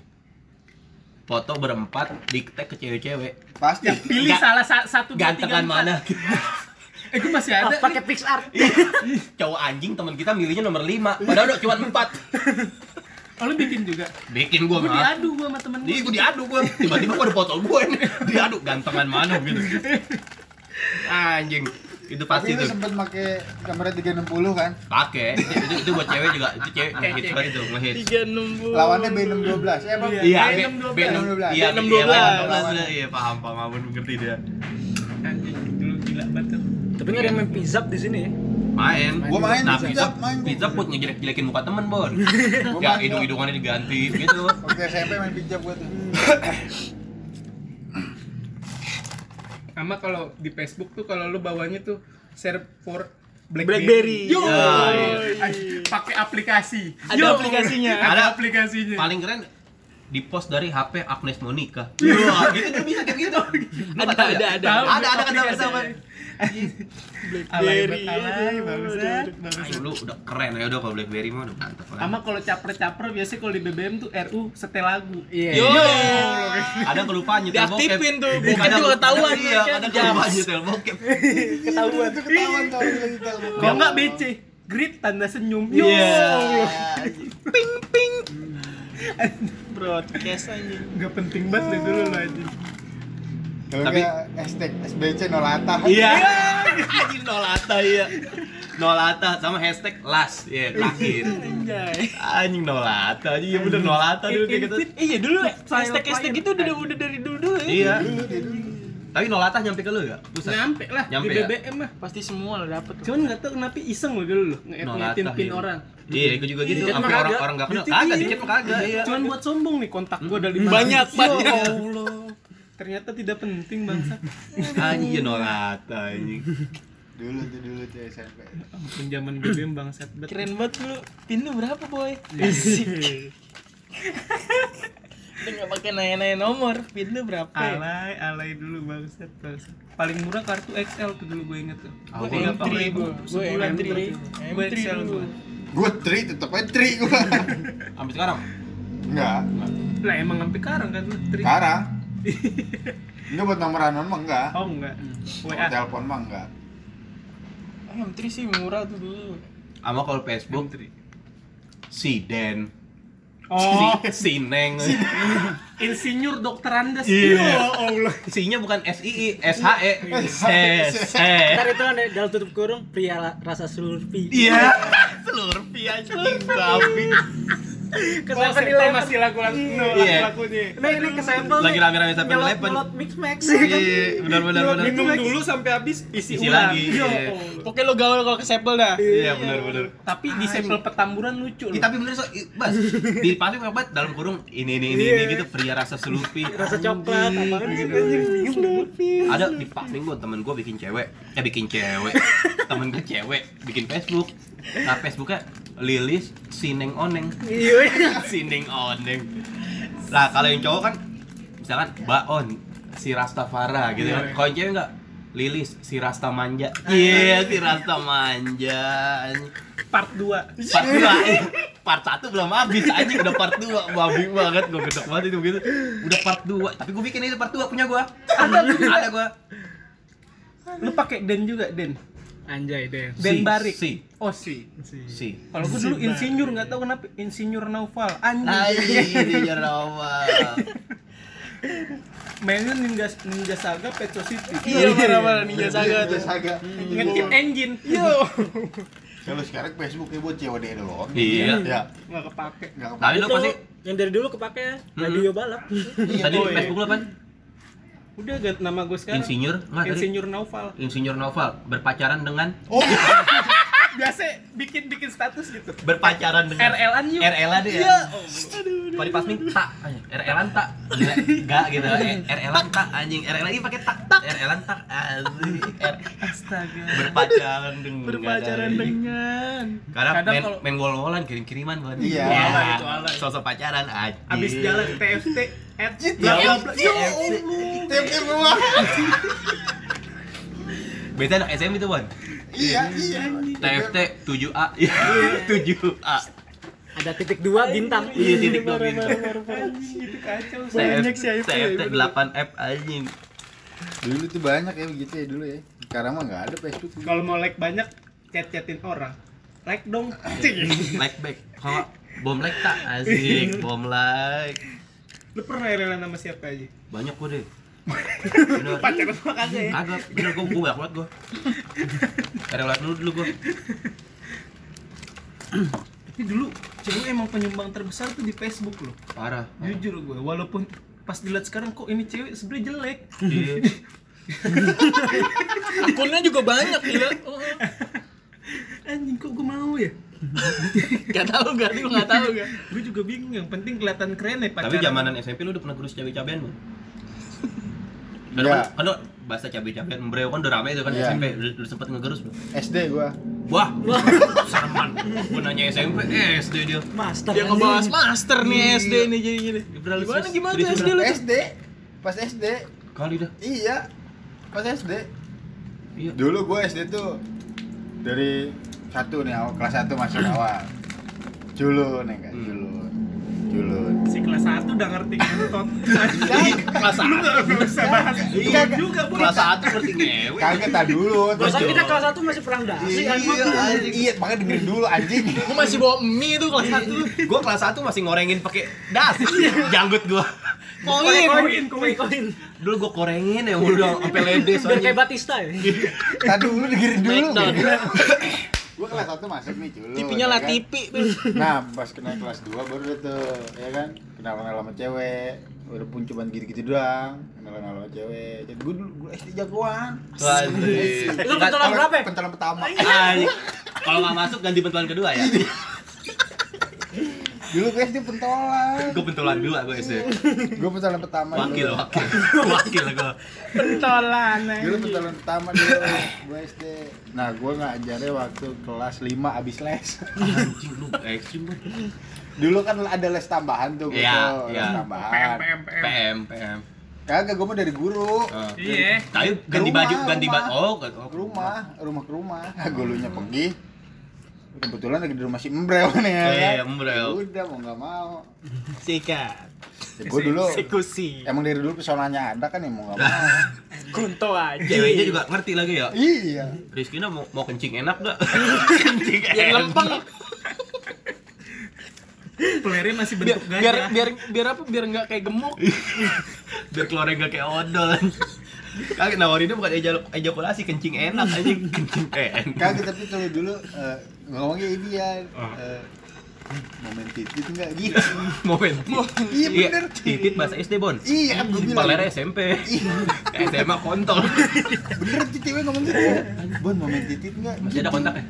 Speaker 3: Foto berempat di tag ke cewek-cewek.
Speaker 2: pasti
Speaker 1: Pilih
Speaker 3: Ga-
Speaker 1: salah sa- satu dua, tiga,
Speaker 3: Gantengan
Speaker 1: empat.
Speaker 3: mana?
Speaker 1: Eh, gue masih ada. nih.
Speaker 4: Pakai PixArt.
Speaker 3: Cowok anjing teman kita milihnya nomor 5. Padahal udah cuma 4.
Speaker 1: Oh, lu bikin juga.
Speaker 3: Bikin gua
Speaker 1: Gue
Speaker 3: mah.
Speaker 1: diadu gue sama temen
Speaker 3: Ini
Speaker 1: gue.
Speaker 3: gue diadu gue, tiba-tiba gue ada foto gue ini Diadu, gantengan mana gitu Anjing, itu
Speaker 2: tapi
Speaker 3: pasti
Speaker 2: lu
Speaker 3: tuh
Speaker 2: sempet pakai kamera 360 kan
Speaker 3: Pakai, itu, itu, itu buat cewek juga, itu cewek ngehits banget itu, ngehits
Speaker 6: Tiga enam puluh.
Speaker 2: lawannya B612 eh apa
Speaker 1: Iya.
Speaker 3: Iya,
Speaker 1: B6,
Speaker 3: B-
Speaker 2: 12.
Speaker 3: Iya,
Speaker 6: B6,
Speaker 3: B6,
Speaker 6: 12.
Speaker 3: 12, Iya, paham, paham, abun ngerti dia
Speaker 1: Anjing, dulu gila banget. tuh.
Speaker 4: Tapi nggak ada
Speaker 3: Eh.
Speaker 4: yang main pizza di sini ya.
Speaker 3: Main,
Speaker 2: Gua main
Speaker 3: nah,
Speaker 2: pizza,
Speaker 3: pizza,
Speaker 2: main gua.
Speaker 3: pizza buat ngejelek-jelekin muka temen, Bon
Speaker 2: Gua
Speaker 3: Ya,
Speaker 2: main,
Speaker 3: hidung-hidungannya diganti, gitu
Speaker 2: waktu SMP main pinjam gua tuh
Speaker 6: Hmm,
Speaker 1: Sama kalau di Facebook tuh kalau lu bawanya tuh share for
Speaker 6: Blackberry.
Speaker 1: Yo,
Speaker 3: Ah, iya.
Speaker 1: Ay, pakai aplikasi.
Speaker 6: Ada
Speaker 1: Yo.
Speaker 6: aplikasinya.
Speaker 1: Ada
Speaker 3: Ada-
Speaker 1: aplikasinya.
Speaker 3: Paling keren, di post dari HP Agnes Monica Wah, gitu dia bisa kayak gitu Lu nggak
Speaker 6: Ada,
Speaker 3: tahu ya?
Speaker 6: ada, ada.
Speaker 1: Tahu,
Speaker 3: Ada, ada, ada,
Speaker 1: aplikasinya.
Speaker 3: ada.
Speaker 1: Alay,
Speaker 6: Blackberry.
Speaker 1: alay,
Speaker 6: Aduh,
Speaker 1: bangsat,
Speaker 6: aduh.
Speaker 1: bangsat.
Speaker 3: Ayo lu udah keren ya udah kalau BlackBerry mah udah mantap lah.
Speaker 1: Sama kalau caper-caper biasanya kalau di BBM tuh RU setel lagu.
Speaker 4: Iya.
Speaker 3: Yo. Ada kelupaan nyetel bokep.
Speaker 6: Diaktifin tuh,
Speaker 3: Iya,
Speaker 6: bokep
Speaker 3: kadang-
Speaker 6: juga ketahuan
Speaker 3: Iya,
Speaker 6: kan,
Speaker 3: ada
Speaker 6: jam.
Speaker 3: kelupaan nyetel bokep.
Speaker 6: Ketahuan.
Speaker 2: itu ketahuan kalau lu lagi telepon
Speaker 1: Kalau nggak BC, grid tanda senyum. Yo.
Speaker 3: Iya.
Speaker 6: Ping ping. Broadcast aja.
Speaker 1: Nggak penting banget deh dulu lo aja.
Speaker 2: kalau
Speaker 3: Tapi-
Speaker 2: nggak hashtag SBC nolata
Speaker 3: Iya. Anjing nolata iya. Nolata sama hashtag last ya terakhir.
Speaker 6: Anjay.
Speaker 3: Anjing nolata aja iya bener nolata dulu kayak gitu.
Speaker 6: Iya dulu hashtag hashtag itu udah udah dari dulu dulu
Speaker 3: Iya.
Speaker 6: ya.
Speaker 3: Tapi nolata nyampe ke lu ya? enggak?
Speaker 1: Nyampe lah
Speaker 3: Nyampe
Speaker 1: di
Speaker 3: ya?
Speaker 1: BBM lah.
Speaker 6: Pasti semua lo dapet.
Speaker 1: Cuman nggak tahu kenapa iseng lo dulu lo nge-edit pin
Speaker 3: iya.
Speaker 1: orang.
Speaker 3: Iya, gue juga
Speaker 4: Dicet
Speaker 3: gitu.
Speaker 4: mah
Speaker 3: Sampai
Speaker 4: kagak.
Speaker 3: orang-orang enggak kenal.
Speaker 1: Dicet,
Speaker 3: Kagak,
Speaker 1: iya.
Speaker 3: dicet mah kagak. Iya.
Speaker 1: Cuman buat sombong nih kontak gua dari
Speaker 6: Banyak banyak.
Speaker 1: Ternyata tidak penting bangsa.
Speaker 3: Anjing nolata anjing.
Speaker 2: dulu tuh dulu tuh SMP
Speaker 1: Ampun zaman BBM bangsat banget.
Speaker 6: Keren banget lu. Pin lu berapa boy? Udah nggak pakai nanya-nanya nomor. Pin lu berapa?
Speaker 1: Alay, alay dulu bangsat, bangsat. Paling murah kartu XL tuh dulu gue inget tuh.
Speaker 3: Ah,
Speaker 6: Gue
Speaker 3: gua
Speaker 6: M3
Speaker 1: ribu
Speaker 6: gue. Gue
Speaker 1: sebulan.
Speaker 6: M3.
Speaker 1: Gue
Speaker 6: M3
Speaker 1: XL
Speaker 6: dulu.
Speaker 1: gue.
Speaker 2: gua tri tetep aja tri gua
Speaker 3: Sampai sekarang.
Speaker 2: enggak
Speaker 1: Lah emang sampai karang kan lu tri.
Speaker 2: sekarang enggak buat nomoran mah enggak
Speaker 1: Oh enggak.
Speaker 2: Buat
Speaker 1: WA.
Speaker 2: telepon mah enggak
Speaker 6: Ah, M3 sih murah tuh dulu.
Speaker 3: Sama kalau Facebook si Dan
Speaker 1: Oh,
Speaker 3: si, si Neng
Speaker 1: insinyur dokter Andes.
Speaker 3: Iya.
Speaker 1: Iya.
Speaker 3: Allah si-nya bukan S I I S H E S E
Speaker 4: Ntar itu ada dalam tutup kurung pria la- rasa slurpee.
Speaker 3: iya seluruh pian babi
Speaker 1: Kalau
Speaker 4: Kesempatan
Speaker 1: sektor
Speaker 4: dilempar.
Speaker 1: masih lagu-lagu
Speaker 3: Iya.
Speaker 1: lagu-lagunya.
Speaker 4: Nah ini kesempatan.
Speaker 3: Lagi rame-rame sampai
Speaker 4: nyelot
Speaker 3: dilepen.
Speaker 4: nyelot mix max.
Speaker 3: iya benar benar benar
Speaker 1: Minum dulu sampai habis isi,
Speaker 3: Isi
Speaker 1: ulang.
Speaker 3: lagi,
Speaker 1: Yo,
Speaker 3: iya.
Speaker 1: Allah.
Speaker 6: Oke lo gaul kalau ke sampel dah.
Speaker 3: iya benar benar
Speaker 1: Tapi di sampel petamburan lucu
Speaker 3: Ih,
Speaker 1: loh.
Speaker 3: tapi bener so, i- bas di pasir banget dalam kurung ini ini ini, ini gitu pria rasa Iya, selupi
Speaker 4: Rasa coklat apaan sih anjing bingung gua.
Speaker 3: ada di Pakning gua temen gua bikin cewek eh bikin cewek temen gua cewek bikin Facebook nah Facebooknya Lilis Sineng Oneng Sineng Oneng nah kalau yang cowok kan misalkan Baon si Rastafara gitu kan kalau yang cewek enggak Lilis si Rasta manja iya si Rasta manja
Speaker 1: Part 2.
Speaker 3: part 2 part 1 belum habis anjing udah part 2 babi banget gua gedek banget itu gitu udah part 2 tapi gua bikin itu part 2 punya gua ada ada gua
Speaker 1: Lu pakai Den juga, Den.
Speaker 4: Anjay deh.
Speaker 3: Si,
Speaker 1: Den Barik.
Speaker 3: si.
Speaker 1: Oh, si.
Speaker 3: si
Speaker 1: Kalau gua dulu insinyur nggak tahu kenapa insinyur Naufal.
Speaker 3: Hai, ya
Speaker 1: Anjing.
Speaker 3: Jeroma.
Speaker 1: Mainnya Ninja Ninja Saga Pet Society.
Speaker 6: Iya marah-marah Ninja
Speaker 2: Ninja
Speaker 6: Saga tuh.
Speaker 2: Saga
Speaker 1: Ngekip engine.
Speaker 6: Yo.
Speaker 2: kalau sekarang Facebook ya buat COD doang
Speaker 3: Iya.
Speaker 2: ya
Speaker 1: Nggak kepake.
Speaker 2: enggak
Speaker 3: Tapi lu
Speaker 4: Itu
Speaker 3: pasti
Speaker 4: yang dari dulu kepake ya, radio balap.
Speaker 3: tadi di
Speaker 1: boy.
Speaker 3: Facebook lu apaan?
Speaker 1: Udah ganti nama gue sekarang.
Speaker 3: Kan? Insinyur? Nggak, tadi.
Speaker 1: Insinyur Naufal.
Speaker 3: Insinyur Noval berpacaran dengan
Speaker 2: Oh,
Speaker 1: Biasa bikin-bikin status gitu.
Speaker 3: berpacaran dengan
Speaker 1: RL-an yuk.
Speaker 3: RL deh ya. Pari pas nih tak RL-an tak. Gila, Enggak gitu. RL-an tak anjing. RL lagi pakai tak tak. RL-an tak asik. R-
Speaker 1: Astaga.
Speaker 3: Berpacaran dengan
Speaker 1: Berpacaran dengan.
Speaker 3: Kadang,
Speaker 1: Kadang
Speaker 3: main,
Speaker 1: kalau-
Speaker 3: main wol-wolan kirim-kiriman banget.
Speaker 2: Iya.
Speaker 1: Alay, itu alay.
Speaker 3: Sosok pacaran aja.
Speaker 1: Abis jalan TFT. At
Speaker 3: Ya
Speaker 2: gitu.
Speaker 1: bla bla
Speaker 3: Allah.
Speaker 1: bla.
Speaker 2: tiap tiap rumah
Speaker 3: Biasanya anak SM itu, Wan.
Speaker 2: iya iya
Speaker 3: TFT 7A. Iya, 7A.
Speaker 4: Ada titik dua bintang.
Speaker 3: Iya, titik dua bintang.
Speaker 1: Anjing, itu kacau
Speaker 3: TFT, TFT 8F anjing.
Speaker 2: dulu tuh banyak ya begitu ya dulu ya sekarang mah nggak ada Facebook
Speaker 1: kalau mau like banyak chat-chatin orang like dong
Speaker 3: Like back. Kalau bom like tak asik, bom like.
Speaker 1: lu pernah rela sama siapa aja
Speaker 3: Banyak gua deh. Bener.
Speaker 1: pacaran sama kagak ya
Speaker 3: Kagak, bener gua gua banyak banget gua. Ada live dulu dulu gua.
Speaker 1: tapi dulu cewek emang penyumbang terbesar tuh di Facebook loh
Speaker 3: Parah.
Speaker 1: jujur gue walaupun pas dilihat sekarang kok ini cewek sebenarnya jelek
Speaker 3: Iya.
Speaker 6: Akunnya juga banyak gila.
Speaker 1: anjing kok gue mau ya
Speaker 6: Gak tau gak, gue gak tau gak.
Speaker 1: gue juga bingung yang penting kelihatan keren ya pacaran
Speaker 3: Tapi zamanan SMP lu udah pernah kurus cabai-cabean belum? Kan,
Speaker 2: Iya.
Speaker 3: kan lu bahasa cabai-cabean embryo kan udah rame itu kan
Speaker 2: Iya.
Speaker 3: SMP udah, udah sempet ngegerus belum?
Speaker 2: SD gua
Speaker 3: Wah, Sarman. Gua nanya SMP, eh, SD dia.
Speaker 4: Master.
Speaker 6: Dia
Speaker 4: anjing.
Speaker 6: ngebahas master nih SD nih jadi gini. Gimana gimana tuh SD lu?
Speaker 2: SD pas SD
Speaker 3: Kali dah.
Speaker 2: iya pas SD
Speaker 3: Iya.
Speaker 2: dulu gua SD tuh dari satu nih awal kelas satu masuk awal culun ya kan
Speaker 3: Hmm.
Speaker 2: culun culun
Speaker 1: si kelas 1 udah ngerti ngentot
Speaker 3: Kelas
Speaker 1: lu gak bisa bahas
Speaker 2: Iya,
Speaker 1: itu juga bu
Speaker 3: Kelas 1 berarti ngewe.
Speaker 2: kaget tak dulu
Speaker 4: Perasaan
Speaker 2: Culun.
Speaker 4: kita kelas satu masih perang dasi
Speaker 2: iya
Speaker 4: kan.
Speaker 2: anjing. iya makanya dengerin dulu anjing
Speaker 6: Gue masih bawa mie tuh kelas satu.
Speaker 3: Gua kelas 1 masih ngorengin pakai das. Janggut gua.
Speaker 6: Koin.
Speaker 4: Koin, koin, koin.
Speaker 3: Dulu gua korengin ya udah sampai ledes
Speaker 4: Biar
Speaker 3: anjing.
Speaker 4: kayak Batista ya.
Speaker 2: tak dulu dengerin dulu
Speaker 6: Breakdown.
Speaker 2: gua kelas satu masuk nih culun
Speaker 6: Tipinya
Speaker 2: ya
Speaker 6: lah
Speaker 2: kan?
Speaker 6: tipi tuh.
Speaker 2: Nah, pas kena kelas 2 baru deh tuh, ya kan? Kenal-kenal sama cewek, udah pun cuman gitu-gitu doang. Kenal-kenal sama cewek. Jadi gue dulu gue SD jagoan.
Speaker 3: Anjing.
Speaker 4: Lu pentolan berapa? ya?
Speaker 2: Pentolan pertama.
Speaker 3: Anjing. Kalau nggak masuk ganti bentulan kedua ya.
Speaker 2: Dulu gue SD pentolan.
Speaker 3: Gua bentulan dua gua SD.
Speaker 2: Gue pentolan pertama. dulu.
Speaker 3: Wakil, wakil. Wakil gua.
Speaker 1: pentolan
Speaker 2: Dulu pentolan pertama dulu gue SD. Nah, gue ngajarnya waktu kelas 5 abis les.
Speaker 3: Anjing lu ekstrim banget.
Speaker 2: Dulu kan ada les tambahan tuh, gue
Speaker 3: Iya,
Speaker 2: tuh, les
Speaker 3: iya.
Speaker 2: tambahan.
Speaker 3: PM, PM.
Speaker 2: Kagak, gue mah dari guru.
Speaker 3: Eh.
Speaker 1: iya
Speaker 3: Tapi ganti
Speaker 2: rumah,
Speaker 3: baju, ganti
Speaker 2: rumah.
Speaker 3: baju. Oh, ganti- oh,
Speaker 2: ke rumah, rumah ke rumah. Golunya pergi. Kebetulan lagi di rumah si Embreo nih ya.
Speaker 3: Iya,
Speaker 2: kan?
Speaker 3: Embreo.
Speaker 2: Ya Udah mau nggak mau.
Speaker 6: Sikat.
Speaker 2: Ya, gua dulu
Speaker 6: Sekusi.
Speaker 2: emang dari dulu pesonanya ada kan ya mau nggak mau.
Speaker 6: Kunto aja.
Speaker 3: Ceweknya juga ngerti lagi ya.
Speaker 2: iya.
Speaker 3: Rizkina mau mau kencing enak gak? kencing enak.
Speaker 6: Yang lempeng.
Speaker 1: playernya masih
Speaker 6: biar
Speaker 1: bentuk
Speaker 6: biar
Speaker 1: gajah
Speaker 6: biar biar apa biar nggak kayak gemuk
Speaker 3: Biar keluarnya gak kayak odol. Kagak nawarinnya bukan ejal- ejakulasi, kencing enak aja kencing eh, enak.
Speaker 2: Kagak tapi kalau dulu eh, ngomongnya ini ya. eh, momen titit nggak gitu.
Speaker 3: Momen.
Speaker 2: Iya, bener.
Speaker 3: Titit bahasa SD, Bon.
Speaker 2: iya kan gue bilang.
Speaker 3: Palera SMP.
Speaker 2: Iya,
Speaker 3: SMA kontol.
Speaker 2: bener tuh cewek ngomong gitu. Bon momen titit nggak?
Speaker 3: Masih ada kontaknya?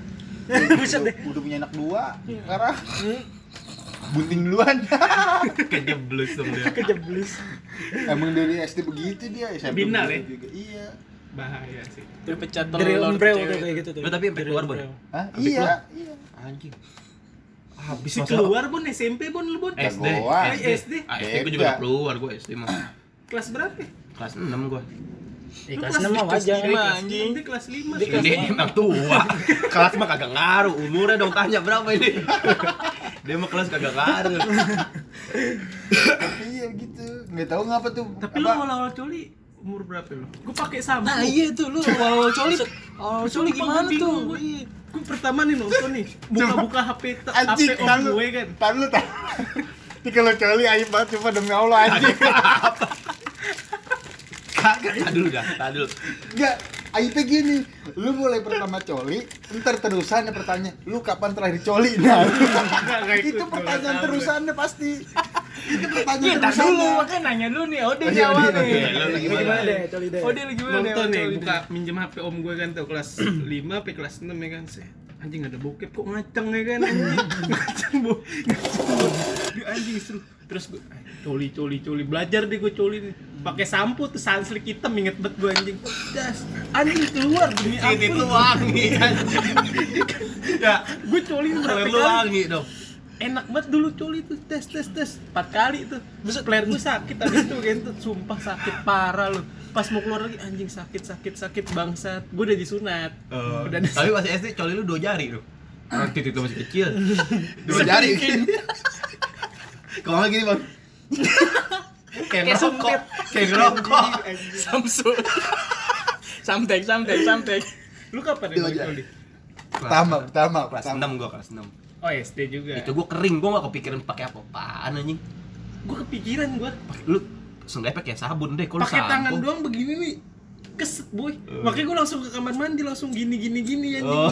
Speaker 2: Buset deh. Udah punya anak dua. Karena bunting duluan.
Speaker 3: Kejeblus dong dia.
Speaker 4: Kejeblus.
Speaker 2: Emang dari SD begitu dia SMP
Speaker 1: Binal
Speaker 2: begitu
Speaker 1: ya?
Speaker 2: juga. Iya.
Speaker 1: bahaya sih
Speaker 6: dipecat
Speaker 4: Dari
Speaker 6: telur
Speaker 4: umbrel
Speaker 6: cewek.
Speaker 4: tuh kayak gitu tuh.
Speaker 3: Lu tapi sampai
Speaker 4: Dari
Speaker 3: keluar, Bon?
Speaker 4: Umbreo.
Speaker 2: Hah? Iya, iya.
Speaker 3: Anjing. Habis
Speaker 1: si
Speaker 3: masalah.
Speaker 1: keluar bon SMP bon lu bon
Speaker 2: Eh.
Speaker 3: SD,
Speaker 2: Jagoan.
Speaker 3: SD,
Speaker 1: SD.
Speaker 3: Ah, SD gue
Speaker 2: Beda.
Speaker 3: juga udah keluar gue SD mah
Speaker 1: kelas berapa
Speaker 3: kelas 6 gue
Speaker 4: Ih, kelas enam mah wajar.
Speaker 6: Kelas lima, anjing.
Speaker 1: Dia kelas 5
Speaker 6: Dia kelas
Speaker 3: ini emang tua kelas mah kagak ngaruh umurnya dong tanya berapa ini dia mah kelas kagak ngaruh
Speaker 2: Iya gitu. Enggak tahu ngapa tuh.
Speaker 1: tapi lu awal-awal coli umur berapa lu gue pakai sama
Speaker 6: nah iya tuh lu awal coli awal coli
Speaker 1: Sumpah,
Speaker 6: gimana
Speaker 1: gua
Speaker 6: tuh
Speaker 1: bingung, gua- Gue pertama nih nonton nih, buka-buka HP ta-
Speaker 2: anjing
Speaker 1: HP om
Speaker 2: tahu.
Speaker 1: gue kan.
Speaker 2: Tahu lu tahu. Ini kalau coli aib banget cuma demi Allah anjing.
Speaker 3: kagak tak dulu dah tak dulu
Speaker 2: Enggak. Aibnya gini, lu mulai pertama coli, ntar terusannya pertanyaan, lu kapan terakhir coli? Nah,
Speaker 1: nggak ikut,
Speaker 2: itu
Speaker 1: gua nggak
Speaker 2: pertanyaan
Speaker 1: tahu.
Speaker 2: terusannya pasti. Itu
Speaker 6: iya
Speaker 2: pertanyaan
Speaker 6: tar dulu
Speaker 2: terusannya.
Speaker 6: makanya kan nanya dulu nih Ode
Speaker 2: Oh,
Speaker 6: nih
Speaker 2: iya,
Speaker 6: awal
Speaker 2: iya,
Speaker 6: nih
Speaker 2: iya.
Speaker 3: ya, lu
Speaker 4: Gimana
Speaker 3: gimana
Speaker 4: deh, Toli deh.
Speaker 6: Ode lu gimana
Speaker 1: Nonton
Speaker 6: awal
Speaker 1: nih,
Speaker 6: coli
Speaker 1: buka minjem HP om gue kan tuh kelas 5 sampai kelas 6 ya kan. Saya, anjing ada bokep kok ngaceng ya kan anjing. ngaceng bo. Ngaceng bo. Dia anjing seru. Terus gue coli coli coli belajar deh gue coli nih. Pakai sampo tuh sanslik hitam inget bet gue anjing. Das. Anjing keluar demi
Speaker 3: ini
Speaker 1: ampun.
Speaker 3: tuh wangi anjing. ya
Speaker 1: Gue coli
Speaker 3: kalau
Speaker 1: berapa
Speaker 3: lu
Speaker 1: kali.
Speaker 3: wangi dong
Speaker 1: enak banget dulu coli tuh tes tes tes empat kali tuh Buset, player gue sakit abis itu kan tuh sumpah sakit parah loh pas mau keluar lagi anjing sakit sakit sakit bangsat gue udah disunat
Speaker 3: Eh,
Speaker 1: udah dis-
Speaker 3: tapi pas SD coli lu dua jari lu. Karena titik lu masih kecil.
Speaker 2: Dua jari. Kalau nggak gini bang,
Speaker 3: Kayak rokok, kayak rokok.
Speaker 6: Samsung. Samtek, samtek, samtek.
Speaker 1: lu kapan
Speaker 2: Dua
Speaker 1: yang
Speaker 2: jari.
Speaker 1: coli
Speaker 2: pertama, pertama,
Speaker 3: Kelas
Speaker 2: pertama.
Speaker 3: 6 gua kelas 6.
Speaker 1: oh SD juga
Speaker 3: Itu gua kering, gua gak kepikiran pakai apa-apaan anjing.
Speaker 1: gue kepikiran gue
Speaker 3: Pakai- Lu seenggaknya pakai sabun deh, kalau
Speaker 1: pakai
Speaker 3: sabun.
Speaker 1: tangan doang begini nih keset boy makanya gue langsung ke kamar mandi langsung gini gini gini ya
Speaker 3: Oh.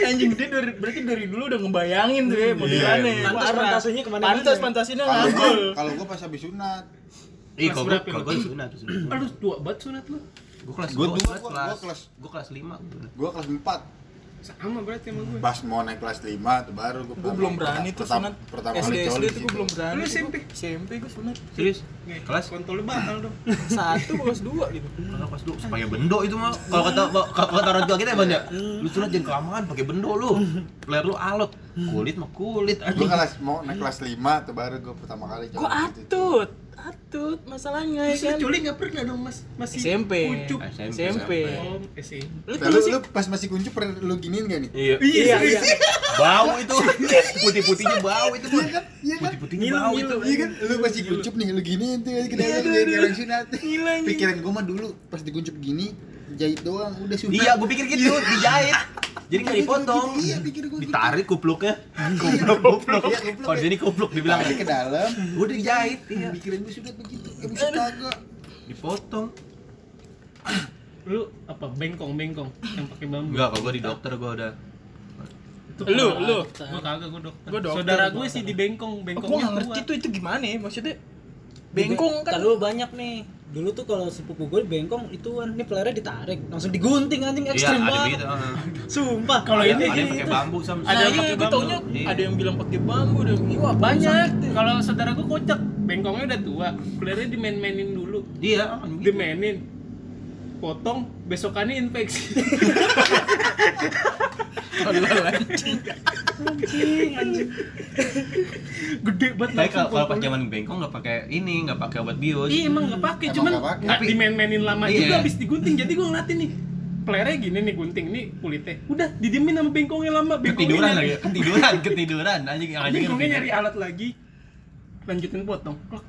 Speaker 6: Anjing dia dari, berarti dari dulu udah ngebayangin tuh ya mau gimana.
Speaker 3: Iya, iya.
Speaker 6: Parah.
Speaker 4: Pantas fantasinya kemana-mana.
Speaker 6: Pantas fantasinya
Speaker 2: Kalau gua,
Speaker 6: ngagul.
Speaker 2: kalau gua pas habis sunat,
Speaker 3: Ih, Iya, kalau gua
Speaker 1: Kelas berapa
Speaker 3: kalau
Speaker 1: lu?
Speaker 3: gua sunat, sunat.
Speaker 1: aduh tua banget sunat lu
Speaker 3: Gua kelas
Speaker 2: Gua
Speaker 3: gua
Speaker 2: dua,
Speaker 3: kelas-
Speaker 2: gua- gua
Speaker 3: kelas
Speaker 2: kelas-
Speaker 3: gua kelas 5.
Speaker 2: gua kelas 4
Speaker 1: sama berarti sama gue
Speaker 2: Pas mau naik kelas 5 tuh baru gua
Speaker 6: Gue belum berani tuh sunat.
Speaker 2: Pertama
Speaker 6: SD
Speaker 2: kali
Speaker 6: SD
Speaker 2: coli
Speaker 6: tuh gue belum berani.
Speaker 1: Lu
Speaker 6: tuh
Speaker 1: SMP?
Speaker 6: gua. SMP gue sunat.
Speaker 3: Serius? Kelas
Speaker 1: kontol bakal dong
Speaker 6: Satu kelas dua gitu.
Speaker 3: Kalau kelas dulu pakai bendo itu mah. Kalau kata kalau kata orang tua kita ya, Bang ya. Lu sunat jangan kelamaan pakai bendo lu. Player lu alot. Kulit mah kulit
Speaker 2: Gua
Speaker 3: anjing.
Speaker 2: kelas mau naik kelas 5 tuh baru gua pertama kali coli.
Speaker 6: Gue atut. Atut masalahnya
Speaker 1: Terus
Speaker 6: ya
Speaker 1: Eh, lu
Speaker 6: kan.
Speaker 1: coli nggak pernah dong mas masih
Speaker 6: SMP.
Speaker 1: kuncup
Speaker 3: SMP.
Speaker 6: SMP.
Speaker 1: om SMP
Speaker 6: Lu
Speaker 2: Nah,
Speaker 6: dulu
Speaker 2: lu,
Speaker 6: sih
Speaker 2: lu pas masih kuncup pernah lu giniin gak nih?
Speaker 3: Iya.
Speaker 6: Iya, iya.
Speaker 3: Bau itu. Putih-putihnya bau itu, Bang.
Speaker 2: Iya kan?
Speaker 3: Putih-putihnya bau itu.
Speaker 2: Iya kan? Lu masih kuncup nih, lu giniin tuh kita
Speaker 6: Iya,
Speaker 2: kita
Speaker 6: aduh, aduh.
Speaker 2: orang sunat.
Speaker 6: Gila, anjing.
Speaker 2: Pikiran gua mah dulu pas dikuncup gini jahit doang udah sunat.
Speaker 3: Iya, gue pikir gitu, dijahit. Jadi nggak dipotong.
Speaker 2: Iya, pikir gua gitu.
Speaker 3: Ditarik kupluknya. Kupluk, kupluk.
Speaker 2: Iya, kupluk.
Speaker 3: Kalau jadi kupluk dibilang.
Speaker 2: Tarik ke dalam,
Speaker 3: Udah dijahit, iya.
Speaker 2: pikiran gua sunat begitu. Eh, buset kagak.
Speaker 3: Dipotong.
Speaker 1: lu apa bengkong bengkong yang pakai bambu
Speaker 3: Enggak, kalau gue di dokter gue udah.
Speaker 1: Itu
Speaker 6: Lu,
Speaker 1: parah.
Speaker 6: lu.
Speaker 1: gua kagak gua dokter,
Speaker 6: Gua dokter,
Speaker 1: saudara
Speaker 6: gua
Speaker 1: gue sih
Speaker 6: dokter.
Speaker 1: di bengkong
Speaker 6: gue
Speaker 1: bengkongnya
Speaker 6: gak ngerti
Speaker 1: tua.
Speaker 6: tuh itu gimana ya maksudnya. Bengkong kan.
Speaker 4: Terlalu banyak nih. Dulu tuh kalau sepupu gue bengkong ituan nih pelernya ditarik, langsung digunting anjing
Speaker 3: Iya,
Speaker 4: ekstrim
Speaker 3: ada
Speaker 4: banget.
Speaker 3: begitu. heeh. Iya,
Speaker 4: Sumpah. Iya.
Speaker 1: Kalau
Speaker 3: Ada
Speaker 1: ini gitu.
Speaker 3: ada yang
Speaker 1: gini
Speaker 3: pakai
Speaker 1: tuh.
Speaker 3: bambu Nah, sama.
Speaker 6: Ada yang
Speaker 1: Iya,
Speaker 6: pakai
Speaker 1: gua
Speaker 6: bambu.
Speaker 1: taunya
Speaker 6: Ada yang bilang pakai bambu, ada yang wah
Speaker 1: banyak
Speaker 6: banyak.
Speaker 1: kalau saudara gue kocak bengkongnya udah tua kulernya dimain-mainin dulu
Speaker 3: Iya, gitu.
Speaker 1: dimainin potong besokannya infeksi gede banget
Speaker 3: Tapi kalau
Speaker 1: langsung
Speaker 3: kalau pas
Speaker 1: potongnya.
Speaker 3: zaman bengkong nggak pakai ini, nggak pakai obat bius.
Speaker 1: Iya emang nggak pakai,
Speaker 2: Emang
Speaker 1: cuman
Speaker 2: nggak pakai.
Speaker 1: nggak dimain-mainin lama
Speaker 3: Iya.
Speaker 1: juga habis digunting. Jadi gua ngeliatin nih, playernya gini nih gunting nih kulitnya. Udah didiemin sama bengkongnya lama, bengkongnya
Speaker 3: Ketiduran
Speaker 1: nyari,
Speaker 3: lagi, ketiduran, ketiduran. Anjing yang anjing
Speaker 1: bengkongnya nyari
Speaker 3: ketiduran.
Speaker 1: alat lagi. Lanjutin potong. Klok.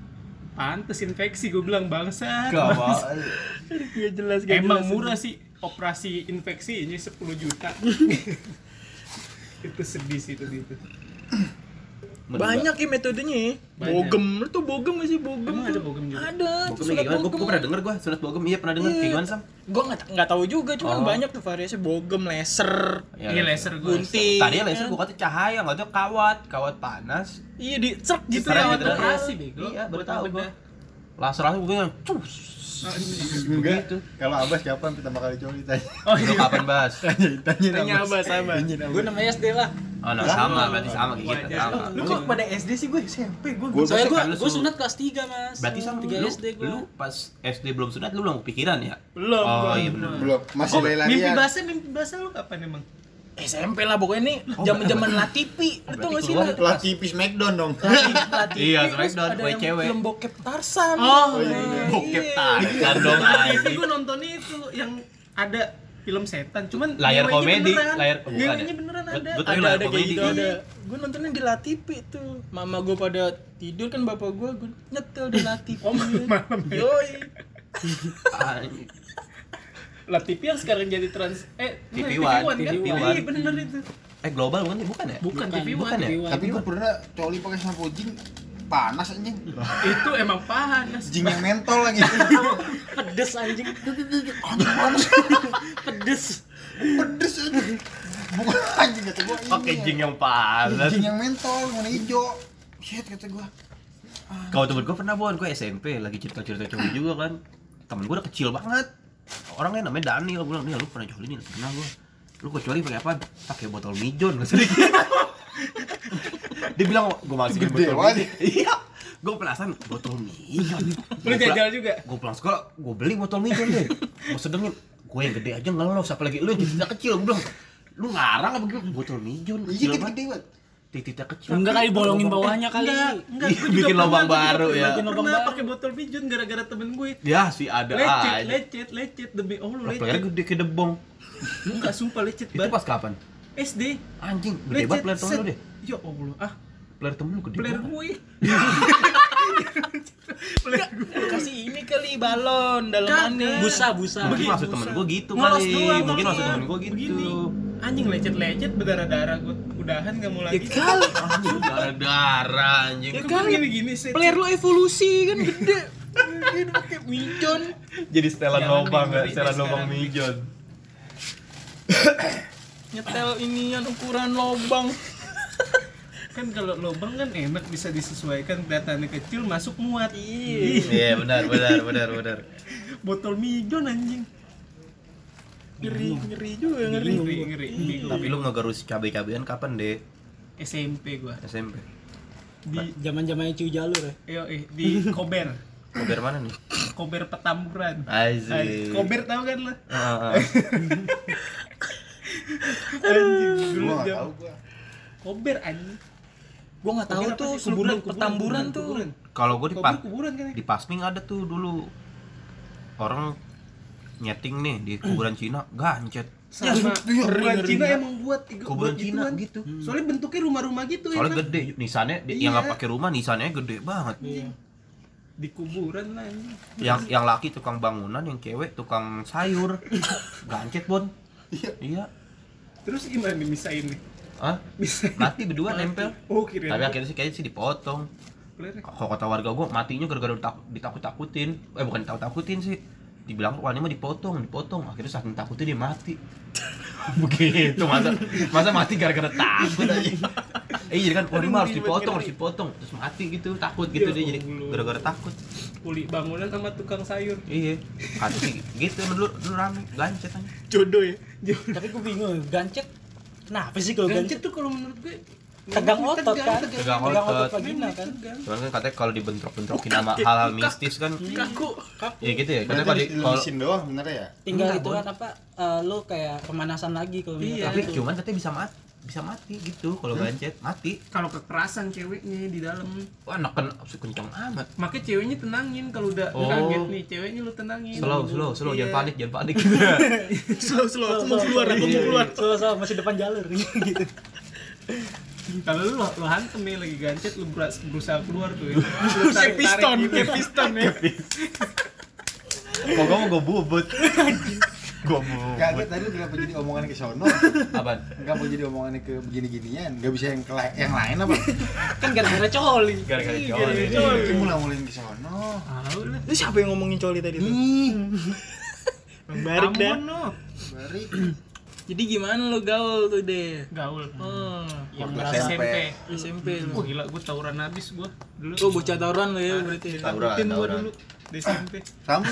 Speaker 1: Pantes infeksi gue bilang bangsa.
Speaker 3: Gawat.
Speaker 6: Gak jelas gak
Speaker 1: Emang
Speaker 6: jelas.
Speaker 1: murah sih operasi infeksi ini 10 juta. itu sedih sih itu gitu.
Speaker 6: Banyak ya metodenya ya.
Speaker 1: Banyak.
Speaker 6: Bogem, lu tuh bogem gak sih bogem?
Speaker 1: Emang ada
Speaker 6: tuh?
Speaker 1: bogem juga?
Speaker 6: Ada,
Speaker 3: Bogem ya
Speaker 6: surat
Speaker 3: gimana? Gue
Speaker 6: bogem.
Speaker 3: pernah denger gue, sunat bogem. Iya pernah denger.
Speaker 6: Iya.
Speaker 3: Kayak gimana, Sam?
Speaker 6: Gua nggak nggak tahu juga, cuman
Speaker 3: Oh.
Speaker 6: banyak tuh variasi bogem, laser,
Speaker 3: Ya,
Speaker 1: Iya laser gue.
Speaker 6: gunting.
Speaker 3: Tadi laser
Speaker 6: kan.
Speaker 3: gua kata cahaya, nggak tahu kawat, kawat panas.
Speaker 6: Iya di cerk gitu
Speaker 3: Sekarang
Speaker 6: ya.
Speaker 1: lewat
Speaker 3: gitu kan?
Speaker 1: operasi, bego.
Speaker 3: Iya, baru
Speaker 1: Buat
Speaker 3: tahu gua.
Speaker 1: ngebedah.
Speaker 3: Laser laser gua yang cus.
Speaker 2: Enggak.
Speaker 3: Begitu.
Speaker 2: Kalau Abas kapan pertama kali coli tanya?
Speaker 1: Oh
Speaker 3: Lu
Speaker 1: iya.
Speaker 3: kapan bahas?
Speaker 2: Eh. Tanya
Speaker 6: Tanya Abas, Abas.
Speaker 4: Gue namanya SD lah.
Speaker 3: Oh, nah, sama, berarti sama kayak kita. Sama.
Speaker 6: Lu kok pada SD sih gue SMP gue.
Speaker 2: Gua-
Speaker 4: Soalnya gue
Speaker 3: kan lu
Speaker 4: gue
Speaker 3: su-
Speaker 4: sunat kelas 3, Mas.
Speaker 3: Berarti sama
Speaker 4: tiga
Speaker 3: lu,
Speaker 4: SD gue.
Speaker 3: lu pas SD belum sunat, lu belum kepikiran ya?
Speaker 1: Belum.
Speaker 3: Oh,
Speaker 1: belum.
Speaker 3: iya bener.
Speaker 2: Belum, masih
Speaker 1: Gua-
Speaker 2: lari-larian.
Speaker 1: mimpi basah, mimpi basah lu kapan emang?
Speaker 6: SMP lah pokoknya nih zaman-zaman latipi. Lu
Speaker 3: berarti
Speaker 6: tau gak sih
Speaker 3: keluar
Speaker 6: lah?
Speaker 3: itu.
Speaker 2: Lah tipis McDon dong.
Speaker 6: Latipi.
Speaker 3: Iya,
Speaker 6: terus
Speaker 3: Smackdown,
Speaker 6: ada
Speaker 3: buat
Speaker 6: yang
Speaker 3: cewek.
Speaker 6: Film bokep Tarsan.
Speaker 1: Oh,
Speaker 2: iya, iya.
Speaker 3: Bokep tarikan dong
Speaker 1: TV
Speaker 3: anjing.
Speaker 1: gue nontonnya itu yang ada film setan, cuman
Speaker 3: Layar
Speaker 1: nyamannya
Speaker 3: komedi,
Speaker 1: beneran.
Speaker 3: layar oh, bukan
Speaker 1: Nyamannya
Speaker 3: ya?
Speaker 1: beneran
Speaker 3: Gua-
Speaker 1: ada.
Speaker 3: gua tahu
Speaker 6: ada
Speaker 3: layar
Speaker 6: ada kayak
Speaker 3: komedi.
Speaker 6: gitu ada gue nontonnya di Latipi tuh mama gue pada tidur kan bapak gue gue nyetel di Latipi oh,
Speaker 1: malam ya.
Speaker 6: yoi
Speaker 3: Ah, Anjing.
Speaker 1: Lah TV yang sekarang jadi trans eh
Speaker 3: TV
Speaker 1: TV
Speaker 3: One,
Speaker 1: One kan?
Speaker 3: TV One.
Speaker 1: Iya bener itu.
Speaker 3: Eh, global bukan sih? Bukan ya?
Speaker 1: Bukan TV
Speaker 3: bukan
Speaker 1: One.
Speaker 3: ya?
Speaker 2: Tapi gua pernah coli pakai sampo jing panas anjing.
Speaker 1: Itu emang panas.
Speaker 2: Jing yang mentol lagi.
Speaker 4: pedes anjing.
Speaker 2: Anjing panas.
Speaker 4: Pedes.
Speaker 2: Pedes anjing. Bukan anjing kata gua ini.
Speaker 3: Pakai jing yang panas.
Speaker 2: Jing yang mentol warna hijau. Shit kata gua.
Speaker 3: Kalau temen gue pernah buat gue SMP lagi cerita-cerita coli juga kan. Temen gue udah kecil banget. Orangnya namanya Daniel, gue bilang, "Nih, lu pernah coli nih?" Pernah gue. Lu kok coli pakai apa? Pakai botol mijon nggak sedikit. gitu. Dia bilang, "Gue masih
Speaker 2: Gede
Speaker 3: botol
Speaker 2: banget.
Speaker 3: mijon." Iya. Gue penasaran botol mijon.
Speaker 1: Lu jajal juga.
Speaker 3: Gue pulang sekolah, gue beli botol mijon deh. Mau sedengin. Gue yang gede aja ngelos, apalagi lu yang cerita kecil. Gue bilang, lu ngarang apa gimana botol mijon
Speaker 2: Iya
Speaker 3: kecil
Speaker 2: gede
Speaker 3: banget
Speaker 2: gede banget.
Speaker 3: titiknya kecil
Speaker 4: Enggak kali bolongin bawahnya kali.
Speaker 1: Enggak, enggak.
Speaker 3: Iya,
Speaker 1: Gua juga
Speaker 3: bikin lubang
Speaker 1: pernah, gua juga
Speaker 3: baru ya.
Speaker 1: pernah,
Speaker 4: Bikin lubang
Speaker 1: Pernah
Speaker 4: baru.
Speaker 1: pakai botol pijon gara-gara temen gue.
Speaker 3: ya si ada
Speaker 1: Lecet,
Speaker 3: aja
Speaker 1: lecet, lecet demi Allah
Speaker 3: Lah,
Speaker 1: lecet.
Speaker 3: playernya gede ke debong
Speaker 1: Enggak sumpah lecet
Speaker 3: itu
Speaker 1: banget.
Speaker 3: pas kapan
Speaker 1: SD.
Speaker 3: anjing gede banget player temen
Speaker 1: set.
Speaker 3: lu deh
Speaker 1: Ya Allah, ah,
Speaker 3: player temen lu gede
Speaker 1: player
Speaker 3: banget
Speaker 1: gue.
Speaker 6: Lu kasih ini kali balon dalamannya.
Speaker 4: Busa, busa.
Speaker 3: mungkin
Speaker 1: Begitu,
Speaker 3: maksud temen
Speaker 1: Ustaz.
Speaker 3: gue gitu
Speaker 1: Ngelos
Speaker 3: kali
Speaker 1: doang,
Speaker 3: mungkin
Speaker 1: ngelos
Speaker 3: maksud
Speaker 1: doang.
Speaker 3: temen gue
Speaker 1: Begini.
Speaker 3: gitu
Speaker 1: Anjing lecet-lecet berdarah-darah gue udahan gak mau
Speaker 4: Ya
Speaker 1: lagi.
Speaker 4: kali.
Speaker 3: anjing darah anjing
Speaker 1: Ya kan gini-gini set.
Speaker 6: Player lu evolusi kan gede. Dia pakai mijon.
Speaker 3: jadi setelan
Speaker 1: Jangan
Speaker 3: lubang ya,
Speaker 1: dengerin
Speaker 3: setelan
Speaker 1: dia
Speaker 3: lubang
Speaker 1: sekarang.
Speaker 3: mijon
Speaker 6: Nyetel inian ukuran lobang.
Speaker 1: Kan kalau lubang kan enak bisa disesuaikan kelihatannya kecil masuk muat.
Speaker 3: iya benar benar benar benar
Speaker 1: Botol mijon anjing.
Speaker 6: Ngeri, ngeri juga ngeri.
Speaker 1: Ngeri, Iya. ngeri, ngeri.
Speaker 3: tapi lu ngegarus cabai-cabean kapan deh
Speaker 1: SMP gua
Speaker 3: SMP
Speaker 1: di
Speaker 4: Zaman-zamannya cuy jalur ya.
Speaker 1: yo eh di Kober,
Speaker 3: Kober mana nih?
Speaker 1: Kober Petamburan.
Speaker 3: Aziz
Speaker 1: Kober tahu kan lo?
Speaker 3: Ah, ah.
Speaker 1: Anjing dulu
Speaker 2: Gua nggak
Speaker 1: jam
Speaker 2: tahu gua.
Speaker 1: Kober anjing.
Speaker 6: Gua nggak tahu
Speaker 1: Kober apa
Speaker 6: tuh
Speaker 1: sih?
Speaker 6: kuburan petamburan tuh.
Speaker 1: kuburan.
Speaker 3: Kalau gue di, Iya,
Speaker 1: Kober
Speaker 3: pa-
Speaker 1: kuburan kan? ya?
Speaker 3: di Pasming ada tuh dulu orang nyeting nih di kuburan Cina gancet.
Speaker 2: iya,
Speaker 1: Sama kuburan
Speaker 2: ngeri,
Speaker 1: Cina
Speaker 2: ngeri.
Speaker 1: emang buat buat
Speaker 3: Kuburan Cina
Speaker 1: ituan.
Speaker 3: gitu.
Speaker 1: Soalnya bentuknya rumah-rumah gitu
Speaker 3: Soalnya
Speaker 1: enak.
Speaker 3: gede, nisannya dia- yang
Speaker 1: Iya.
Speaker 3: nggak pakai rumah nisannya gede banget.
Speaker 1: Di kuburan lah anjing.
Speaker 3: Yang yang laki tukang bangunan, yang cewek tukang sayur. gancet, Bon. Iya.
Speaker 1: Terus gimana nih misain nih?
Speaker 3: Hah?
Speaker 1: Bisa.
Speaker 3: Mati berdua nempel.
Speaker 1: Oh, kira.
Speaker 3: Tapi akhirnya sih kayaknya sih dipotong.
Speaker 1: ya.
Speaker 3: Kalau kata warga gue matinya gara-gara ditak- ditakut-takutin. Eh bukan ditakut-takutin sih. Dibilang wah ini mah dipotong, dipotong. Akhirnya saking takutnya dia mati. Begitu masa masa mati gara-gara takut aja. Eh jadi kan wah ini mah harus dipotong, harus dipotong. Terus mati gitu, takut gitu
Speaker 1: Ya
Speaker 3: dia jadi
Speaker 1: Allah.
Speaker 3: gara-gara takut.
Speaker 1: Kuli bangunan sama tukang sayur.
Speaker 3: Iya. Kata sih gitu emang dulu dulu rame gancet aja.
Speaker 6: Jodoh ya.
Speaker 4: Tapi gue bingung, gancet. Kenapa sih kalau gancet?
Speaker 1: Gancet tuh kalau menurut gue
Speaker 4: Tegang otot kan?
Speaker 1: Iya,
Speaker 3: Tegang otot.
Speaker 4: vagina kan?
Speaker 3: Cuman kan katanya kalau dibentrok-bentrokin sama hal-hal mistis kan
Speaker 6: Kaku.
Speaker 3: ya gitu ya.
Speaker 2: Berarti
Speaker 3: Katanya kalau di-
Speaker 2: harus
Speaker 3: kalau
Speaker 2: dilulusin doang sebenarnya ya.
Speaker 4: Tinggal
Speaker 3: Enggak,
Speaker 4: itu kan apa eh, lu kayak pemanasan lagi kalau minum
Speaker 1: Iya.
Speaker 3: tapi
Speaker 4: itu.
Speaker 3: cuman katanya bisa mati bisa mati gitu kalau gancet mati
Speaker 1: Kalau kekerasan ceweknya di dalam.
Speaker 3: wah neken kencang amat
Speaker 1: Makanya ceweknya tenangin kalau udah
Speaker 3: Oh.
Speaker 1: kaget nih, ceweknya lu tenangin.
Speaker 3: slow slow slow jangan
Speaker 1: Iya.
Speaker 3: panik jangan panik
Speaker 6: Slow slow aku mau keluar, aku mau keluar.
Speaker 4: Soal soal iya. masih depan jalur gitu.
Speaker 1: Kalau lu lu hantem nih lagi gancet lu beras- berusaha keluar tuh. Ya. Lu
Speaker 6: Kayak
Speaker 1: tarik-tarik
Speaker 6: piston,
Speaker 1: gitu.
Speaker 6: kayak piston ya.
Speaker 3: pokoknya mau gue bubut gue
Speaker 1: Ya,
Speaker 2: Kaget tadi lu kenapa jadi omongan ke sono?
Speaker 3: apaan
Speaker 2: Enggak mau jadi omongannya ke begini-ginian. Enggak bisa yang ke la- yang lain apa?
Speaker 4: Kan gara-gara coli.
Speaker 3: gara-gara cowok
Speaker 1: gara-gara
Speaker 3: ini.
Speaker 1: cowok.
Speaker 2: Lu mulai-mulain ke sono.
Speaker 1: Tahu lah.
Speaker 6: Lu siapa yang ngomongin coli tadi tuh? Barik dah.
Speaker 1: Ambon lu.
Speaker 2: Bari.
Speaker 6: Jadi gimana lu gaul tuh deh?
Speaker 1: Gaul.
Speaker 6: Oh,
Speaker 1: Yang
Speaker 2: Waktu SMP.
Speaker 1: SMP.
Speaker 6: SMP
Speaker 1: Wah
Speaker 6: lu.
Speaker 1: gila gua tawuran habis gua dulu.
Speaker 6: Lu bocah tawuran lu ya berarti. ya?
Speaker 3: Tawuran,
Speaker 1: Takutin gua
Speaker 3: tawuran.
Speaker 1: dulu di SMP.
Speaker 2: Kamu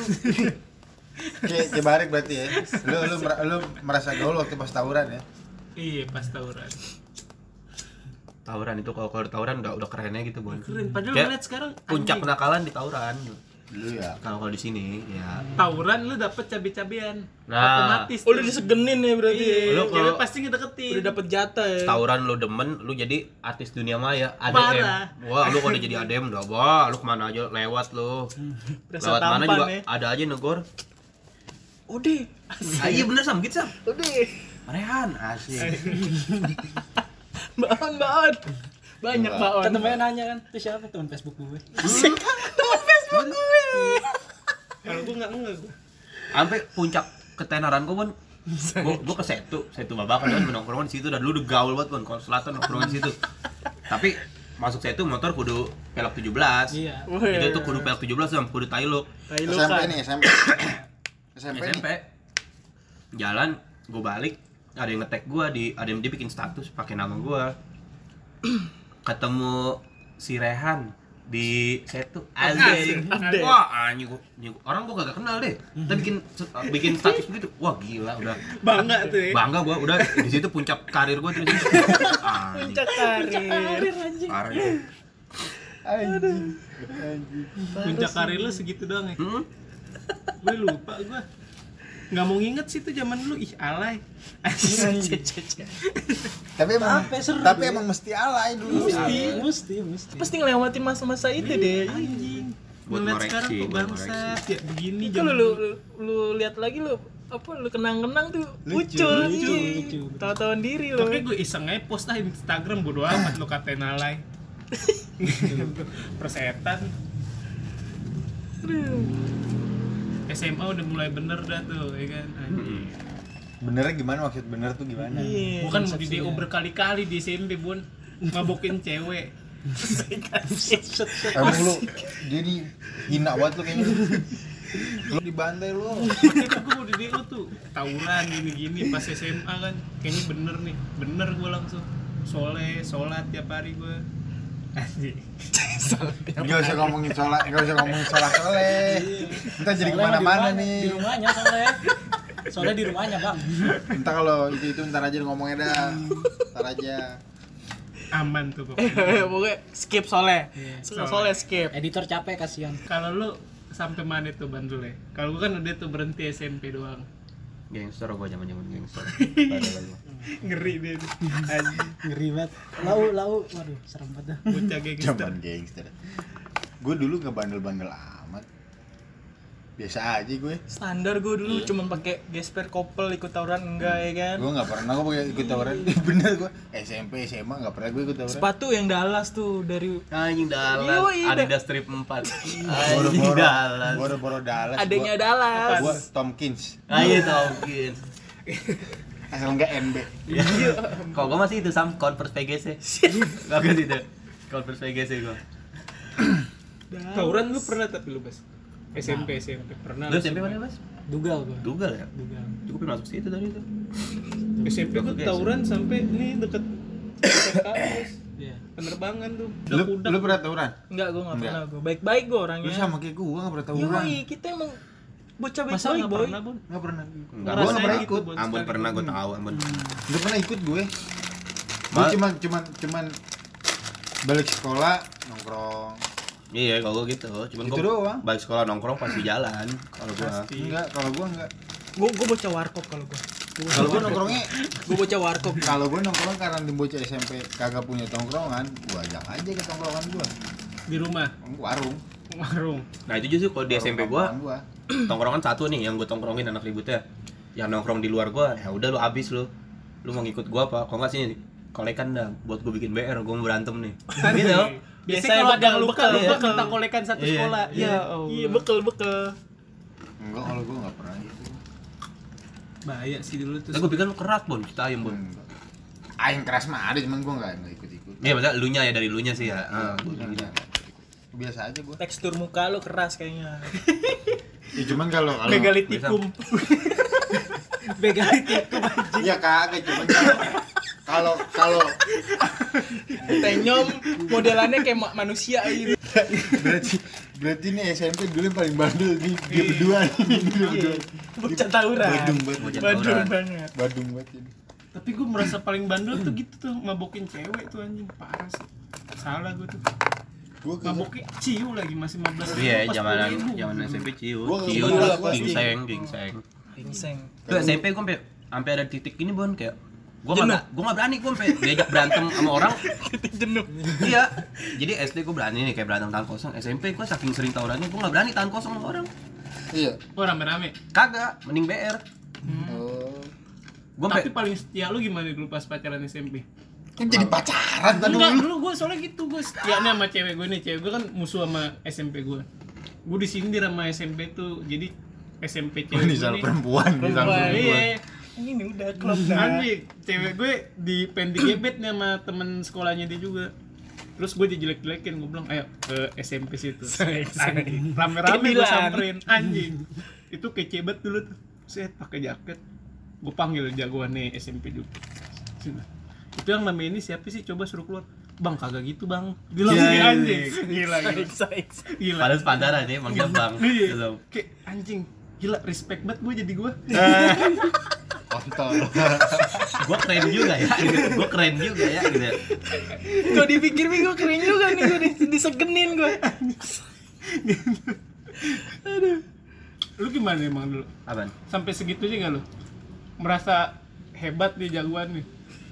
Speaker 2: Kayak kayak barik berarti ya. Lu lu mer- lu merasa gaul waktu pas tawuran ya.
Speaker 1: Iya, pas tawuran.
Speaker 3: tawuran itu kalau kalau di tawuran udah udah kerennya gitu bon
Speaker 1: Keren. Padahal
Speaker 3: Kayak
Speaker 1: ngeliat sekarang
Speaker 3: puncak kenakalan di tawuran
Speaker 2: Dulu ya.
Speaker 3: kalau kalau di sini ya
Speaker 1: tawuran lu dapet cabe-cabean.
Speaker 3: Nah.
Speaker 1: Otomatis.
Speaker 6: Oh, lu disegenin ya berarti. ya?
Speaker 1: Iya,
Speaker 3: Lu
Speaker 1: cewek
Speaker 3: kalau-
Speaker 1: pasti ngedeketin.
Speaker 6: Udah dapet jatah ya.
Speaker 3: tawuran lu demen lu jadi artis dunia maya ADM
Speaker 1: Parah.
Speaker 3: wah lu kalau udah jadi ADM udah wah lu kemana aja lewat lu
Speaker 6: Berasa
Speaker 3: lewat mana
Speaker 6: tampan
Speaker 3: juga
Speaker 6: ya.
Speaker 3: ada aja negor
Speaker 6: Udah.
Speaker 3: ah, iya bener sam gitu sam
Speaker 6: Udah.
Speaker 3: Rehan asik
Speaker 6: Baon, baon. Banyak baon.
Speaker 4: Kan temennya nanya kan, itu siapa teman Facebook gue?
Speaker 1: Kalau gua enggak enggak gua.
Speaker 3: sampai puncak ketenaran gue pun gue gue ke setu setu babak kan nongkrongan di situ dan dulu udah gaul banget pun kalau selatan nongkrongan di situ tapi masuk setu motor kudu pelok 17
Speaker 4: Iya.
Speaker 3: itu tuh kudu pelok 17 sama kudu tailok
Speaker 6: Tai lu
Speaker 2: SMP
Speaker 6: kan.
Speaker 2: nih, SMP. SMP nih.
Speaker 3: SMP jalan gue balik ada yang ngetek gue di ada yang dia bikin status pakai nama gue ketemu si Rehan di setu anjing
Speaker 6: Anjing.
Speaker 3: wah anjing gua- anjing gua- orang gue kagak kenal deh tapi bikin eh, bikin status begitu wah gila udah
Speaker 1: Bangga tuh ya.
Speaker 3: bangga gue udah di situ puncak karir gue terus anjing
Speaker 6: Puncak karir.
Speaker 3: parah itu.
Speaker 2: Anjing. Anjing.
Speaker 1: Puncak karir lu segitu doang ya.
Speaker 3: Hmm?
Speaker 1: Gue lupa gua. nggak mau nginget sih tuh zaman dulu ih alay anjing cecet
Speaker 2: tapi emang
Speaker 4: Apa, seru ya?
Speaker 2: tapi emang mesti alay dulu
Speaker 6: Mesti.
Speaker 1: Iya,
Speaker 4: mesti mesti
Speaker 6: Pasti ngelewatin masa-masa itu deh. Anjing.
Speaker 3: Buat
Speaker 1: ngeliat
Speaker 3: ngoreksi,
Speaker 1: sekarang kok
Speaker 3: buat
Speaker 1: bangsat ya begini
Speaker 6: Itu lu
Speaker 1: zaman
Speaker 6: lu, lu, lu lihat lagi lu apa lu kenang-kenang tuh
Speaker 2: Lucu,
Speaker 6: muncul
Speaker 4: lucu, lucu.
Speaker 6: anjing. Tahu-tahuan diri lu.
Speaker 1: tapi gue iseng aja post lah di Instagram bodo amat lo katain alay persetan SMA udah mulai bener dah tuh ya kan anjing.
Speaker 2: benernya gimana maksud bener tuh gimana
Speaker 6: Iya.
Speaker 1: bukan mau di DO berkali-kali di SMP bun mabokin cewek
Speaker 2: emang lu jadi hina banget lu kayaknya lu dibantai lu
Speaker 1: Makanya tuh gue mau di DO tuh tawuran gini-gini pas SMA kan kayaknya bener nih bener gue langsung soleh sholat tiap hari gue anjing
Speaker 2: nggak usah ngomongin sholat nggak usah ngomongin sholat soleh kita jadi
Speaker 4: Soalnya
Speaker 2: kemana-mana
Speaker 4: di rumah-
Speaker 2: nih
Speaker 4: di rumahnya soalnya soalnya di rumahnya bang
Speaker 2: entah kalau itu itu ntar aja ngomongnya dah ntar aja
Speaker 1: aman tuh pokoknya
Speaker 6: Pokoknya skip soleh.
Speaker 1: soleh.
Speaker 6: Soleh skip.
Speaker 4: editor capek kasihan
Speaker 1: kalau lu sampai mana tuh bandulnya? Kalau gua kan udah tuh berhenti SMP doang.
Speaker 3: Gangster gua zaman-zaman gangster.
Speaker 1: Ngeri deh. tuh. Anjing,
Speaker 4: ngeri banget lau lau waduh serem banget dah
Speaker 1: Bocah gitu. gangster.
Speaker 2: Jaman gangster gue dulu nggak bandel-bandel amat biasa aja gue
Speaker 6: Standar gue dulu cuman pakai gesper koppel ikut tawuran enggak ya kan.
Speaker 2: gue nggak pernah gue pakai ikut tawuran bener gue SMP SMA nggak pernah gue ikut tawuran
Speaker 6: Sepatu yang Dallas tuh dari
Speaker 3: Anjing dalan.
Speaker 6: Yoi, dah.
Speaker 3: Adidas strip 4. Anjing
Speaker 2: boro-boro
Speaker 3: dalan.
Speaker 2: boro-boro Dallas
Speaker 6: adanya
Speaker 2: gua-
Speaker 6: Dallas.
Speaker 2: gua Tomkins
Speaker 3: Ayo taukin.
Speaker 2: asal nggak NB
Speaker 3: Kalau gua masih itu sam Converse PGC. Bagus itu. Converse PGC gua.
Speaker 1: Tawuran lu pernah tapi lu bas. SMP SMP pernah.
Speaker 3: Lu
Speaker 1: lu
Speaker 3: SMP mana, Mas?
Speaker 4: dugal gua
Speaker 3: Dugal ya?
Speaker 4: dugal
Speaker 3: Cukup masuk situ tadi itu.
Speaker 1: SMP gua
Speaker 3: Oke,
Speaker 1: tawuran sampai nih deket deket kampus.
Speaker 4: Iya.
Speaker 1: Penerbangan tuh.
Speaker 2: lu, lu pernah tawuran
Speaker 6: Enggak gue nggak
Speaker 2: Enggak.
Speaker 6: pernah gue. Baik-baik gue
Speaker 2: lu
Speaker 6: orangnya.
Speaker 2: sama kayak gue nggak pernah tawuran
Speaker 6: Yoi, kita emang bocah
Speaker 1: Masa
Speaker 6: baik-baik
Speaker 1: nggak
Speaker 6: boy.
Speaker 1: pernah bun?
Speaker 2: nggak pernah
Speaker 3: Enggak,
Speaker 2: gue
Speaker 3: gua
Speaker 2: nggak
Speaker 3: nggak
Speaker 2: pernah
Speaker 1: Rasanya
Speaker 2: ikut Hmm.
Speaker 1: gitu, Bon.
Speaker 3: Ambon pernah gua tahu Ambon.
Speaker 2: nggak pernah ikut gue gue
Speaker 3: Mal-
Speaker 2: cuman cuman cuman balik sekolah nongkrong
Speaker 3: Iya, kalau gua gitu. Cuman
Speaker 2: Gitu
Speaker 3: gua
Speaker 2: doang.
Speaker 3: balik sekolah nongkrong pasti jalan kalau gua.
Speaker 2: enggak kalau gue enggak
Speaker 6: Gue gue bocah warkop kalau gue.
Speaker 2: kalau gue nongkrongnya
Speaker 6: Gue bocah warkop.
Speaker 2: kalau gue nongkrong karena di bocah SMP kagak punya tongkrongan gue ajak aja ke tongkrongan gue
Speaker 1: Di rumah
Speaker 2: warung
Speaker 1: warung.
Speaker 3: Nah, itu justru kalau di SMP gua
Speaker 2: Tongkrongan gua.
Speaker 3: tongkrongan satu nih yang gue tongkrongin anak ributnya yang nongkrong di luar gue ya udah lu abis lu lu mau ngikut gue apa kalau nggak sini kolekan dah buat gue bikin BR gue mau berantem nih gitu
Speaker 1: Biasanya kalau ada luka,
Speaker 6: bekal- bekal-
Speaker 1: luka
Speaker 6: bekal.
Speaker 1: kita kolekan satu
Speaker 3: Iya.
Speaker 1: sekolah. Ya
Speaker 6: Iya, iya bekel bekel.
Speaker 2: enggak kalau gue nggak pernah gitu
Speaker 1: Bahaya sih dulu tuh.
Speaker 3: nah, gue pikir lu keras bon kita ayam bon
Speaker 2: Enggak. ah yang keras mah ada cuman gue nggak nggak ikut ikut
Speaker 3: Iya, maksudnya elunya ya dari elunya sih ya.
Speaker 2: Iya.
Speaker 3: Ah, gua gini.
Speaker 2: biasa aja gue
Speaker 6: Tekstur muka lu keras kayaknya.
Speaker 2: ya cuman kalau kalau
Speaker 6: Megalitikum.
Speaker 4: begalitikum
Speaker 2: iya kagak cuman kalau- kalau kalau
Speaker 6: Tenyom modelannya kayak ma- manusia gitu.
Speaker 2: berarti berarti ini SMP dulu yang paling bandel nih dia berdua nih dia berdua
Speaker 1: Iya.
Speaker 6: Bocah tawuran.
Speaker 2: badung banget
Speaker 3: Bocah
Speaker 6: Badung
Speaker 3: tawuran.
Speaker 6: banget.
Speaker 2: badung banget ini
Speaker 1: Tapi gue merasa paling bandel tuh gitu tuh mabokin cewek tuh anjing parah sih. Salah gue tuh.
Speaker 2: gue kagak
Speaker 1: Maboknya ciu lagi masih 15 ribu,
Speaker 3: Iya,
Speaker 1: pas
Speaker 3: jamanan
Speaker 1: 10 ribu.
Speaker 3: jamanan SMP ciu,
Speaker 2: Gua
Speaker 3: ciu,
Speaker 2: kebetulan
Speaker 3: lah,
Speaker 2: gua-
Speaker 3: gingseng, gingseng.
Speaker 6: Pingseng.
Speaker 3: Tuh SMP gue sampai sampai ada titik ini bon kayak gue
Speaker 6: Jenuh.
Speaker 3: nggak gue nggak berani gue sampai diajak berantem sama orang
Speaker 6: Jenuh.
Speaker 3: iya jadi SD gue berani nih kayak berantem tangan kosong SMP gue saking sering tawurannya gue nggak berani tangan kosong sama orang
Speaker 2: iya
Speaker 1: Oh rame-rame.
Speaker 3: kagak mending BR
Speaker 2: oh
Speaker 3: gue sampai
Speaker 1: Tapi paling setia lu gimana dulu pas pacaran SMP?
Speaker 2: kan jadi pacaran tadi
Speaker 1: Enggak,
Speaker 2: dulu
Speaker 1: dulu gue soalnya gitu gue setia nih sama cewek gue nih. Cewek gue kan musuh sama SMP gue. Gue disindir sama SMP tuh. Jadi SMP
Speaker 2: Oh,
Speaker 1: cewek
Speaker 2: ini
Speaker 1: gue
Speaker 2: salah
Speaker 1: nih-
Speaker 2: perempuan ini salah
Speaker 1: Wah,
Speaker 2: perempuan
Speaker 1: Iya.
Speaker 6: Ini udah klop dah.
Speaker 1: Nanti cewek gue di pendi gebet nih sama temen sekolahnya dia juga. Terus gue dijelek-jelekin, gue bilang, ayo ke SMP situ. Anjing. Rame-rame gue
Speaker 6: Cemilan.
Speaker 1: samperin, anjing. Itu kece banget dulu tuh. Set, pakai jaket. Gue panggil jagoannya SMP juga. Sini. Itu yang namanya ini siapa sih? Coba suruh keluar. Bang, kagak gitu bang. Gila,
Speaker 3: Iya,
Speaker 1: anjing. Gila, gila. Gila.
Speaker 3: Padahal sepantara dia manggil bang
Speaker 1: Iya.
Speaker 3: Gitu.
Speaker 1: Kayak anjing. Gila, respect banget gue jadi gue.
Speaker 2: kontol
Speaker 3: Gua keren juga ya gitu. Gua keren juga ya gitu
Speaker 6: Kok dipikir-pikir gue keren juga nih gue disegenin gue.
Speaker 1: Lu gimana gimana emang dulu?
Speaker 3: Apaan?
Speaker 1: Sampai segitunya nggak lo? Merasa hebat nih jagoan nih.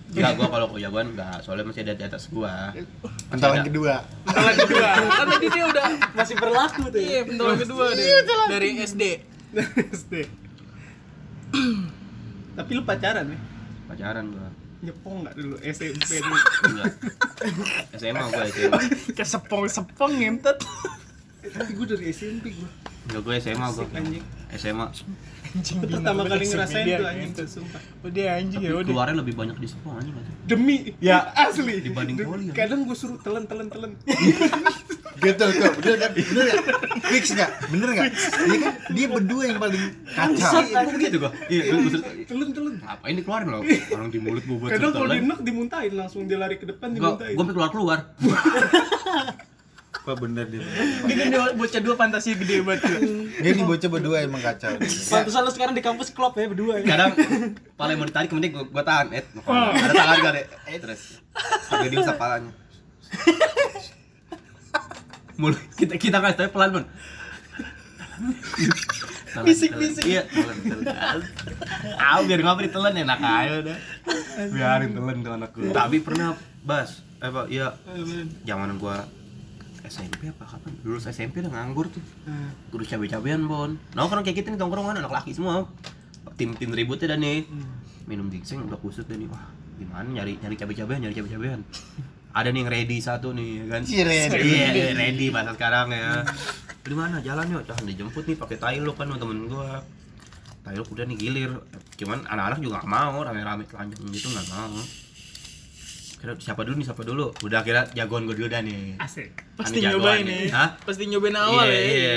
Speaker 3: Enggak, gua kalau jagoan enggak, soalnya masih ada di atas gua.
Speaker 2: Pentalan
Speaker 3: Iya.
Speaker 2: kedua.
Speaker 1: Kalau kedua.
Speaker 6: Karena dia dia udah
Speaker 4: Masih berlaku tuh ya.
Speaker 6: iya pentolan kedua deh dari SD.
Speaker 1: SD. Tapi lu pacaran ya?
Speaker 3: Pacaran gua.
Speaker 1: Nyepong nggak dulu SMP dulu?
Speaker 3: Enggak. SMA gua SMA.
Speaker 6: Kesepong-sepong ngentet.
Speaker 1: Eh, Tapi gue dari SMP gue.
Speaker 3: Enggak gua SMA gua.
Speaker 1: anjing.
Speaker 3: SMA.
Speaker 6: Anjing
Speaker 1: Itu
Speaker 6: binatang
Speaker 1: pertama kali
Speaker 6: SMP
Speaker 1: ngerasain
Speaker 6: dia,
Speaker 1: tuh anjing tuh sumpah.
Speaker 6: Udah anjing
Speaker 3: Tapi
Speaker 6: ya udah.
Speaker 3: keluarnya lebih banyak di Sepang anjing katanya.
Speaker 1: Demi ya asli
Speaker 3: Dibanding
Speaker 1: Demi-
Speaker 3: poli, ya?
Speaker 1: Kadang gue suruh telan telan telan.
Speaker 2: Gitu tuh, bener kan? Bener nggak? Fix nggak? Bener nggak? Iya kan? Dia berdua yang paling kacau.
Speaker 3: Iya, gitu gua. Iya, gua gua suruh-
Speaker 1: telan telan.
Speaker 3: Ngapain dikeluarin loh? Orang di mulut gua buat
Speaker 1: Kadang kalau
Speaker 3: setelan.
Speaker 1: dienak dimuntahin langsung dia lari ke depan
Speaker 3: Gua
Speaker 1: dimuntahin.
Speaker 3: gua sampai keluar-keluar.
Speaker 2: Apa bener dia?
Speaker 6: Dia kan dia bocah dua fantasi gede banget. tuh.
Speaker 2: Dia nih bocah berdua emang kacau. dia.
Speaker 4: Pantesan lu sekarang di kampus klop ya berdua ya.
Speaker 3: Kadang paling mau ditarik mending gua, gua tahan, eh. Ada tangan gua, Dek. Terus. Sampai diusap palanya. Mulut kita kita kasih tapi pelan, Bun. Telan,
Speaker 6: Bisik-bisik.
Speaker 3: telan. Iya, telan, telan. Au, biar ngapa ditelan enak aja udah. Biarin telan tuh anak gua. Tapi pernah Bas, eh Pak, iya. Zaman gua SMP apa kapan? Lulus SMP udah nganggur tuh. Guru cabe-cabean, Bon. Nongkrong kayak kita nih tongkrongan anak laki semua. Tim-tim ributnya dan nih.
Speaker 2: Hmm.
Speaker 3: Minum ginseng udah kusut dan nih. Wah, gimana nyari nyari cabe-cabean, nyari cabe-cabean. Ada nih yang ready satu nih, ya kan?
Speaker 2: Si ready.
Speaker 3: Iya, iya, ready bahasa sekarang ya. Di mana jalan yuk? Cah, dijemput nih pakai tailok kan sama temen gua. Tailok udah nih gilir. Cuman anak-anak juga nggak mau rame-rame telanjang gitu nggak mau. Kira siapa dulu nih siapa dulu? Udah kira jagoan gua dulu dah nih.
Speaker 1: Asik.
Speaker 6: Pasti
Speaker 3: Anu jagoan
Speaker 6: nyobain
Speaker 3: nih.
Speaker 6: nih.
Speaker 3: Hah?
Speaker 6: Pasti nyobain awal
Speaker 3: iya,
Speaker 6: ya.
Speaker 3: Iya.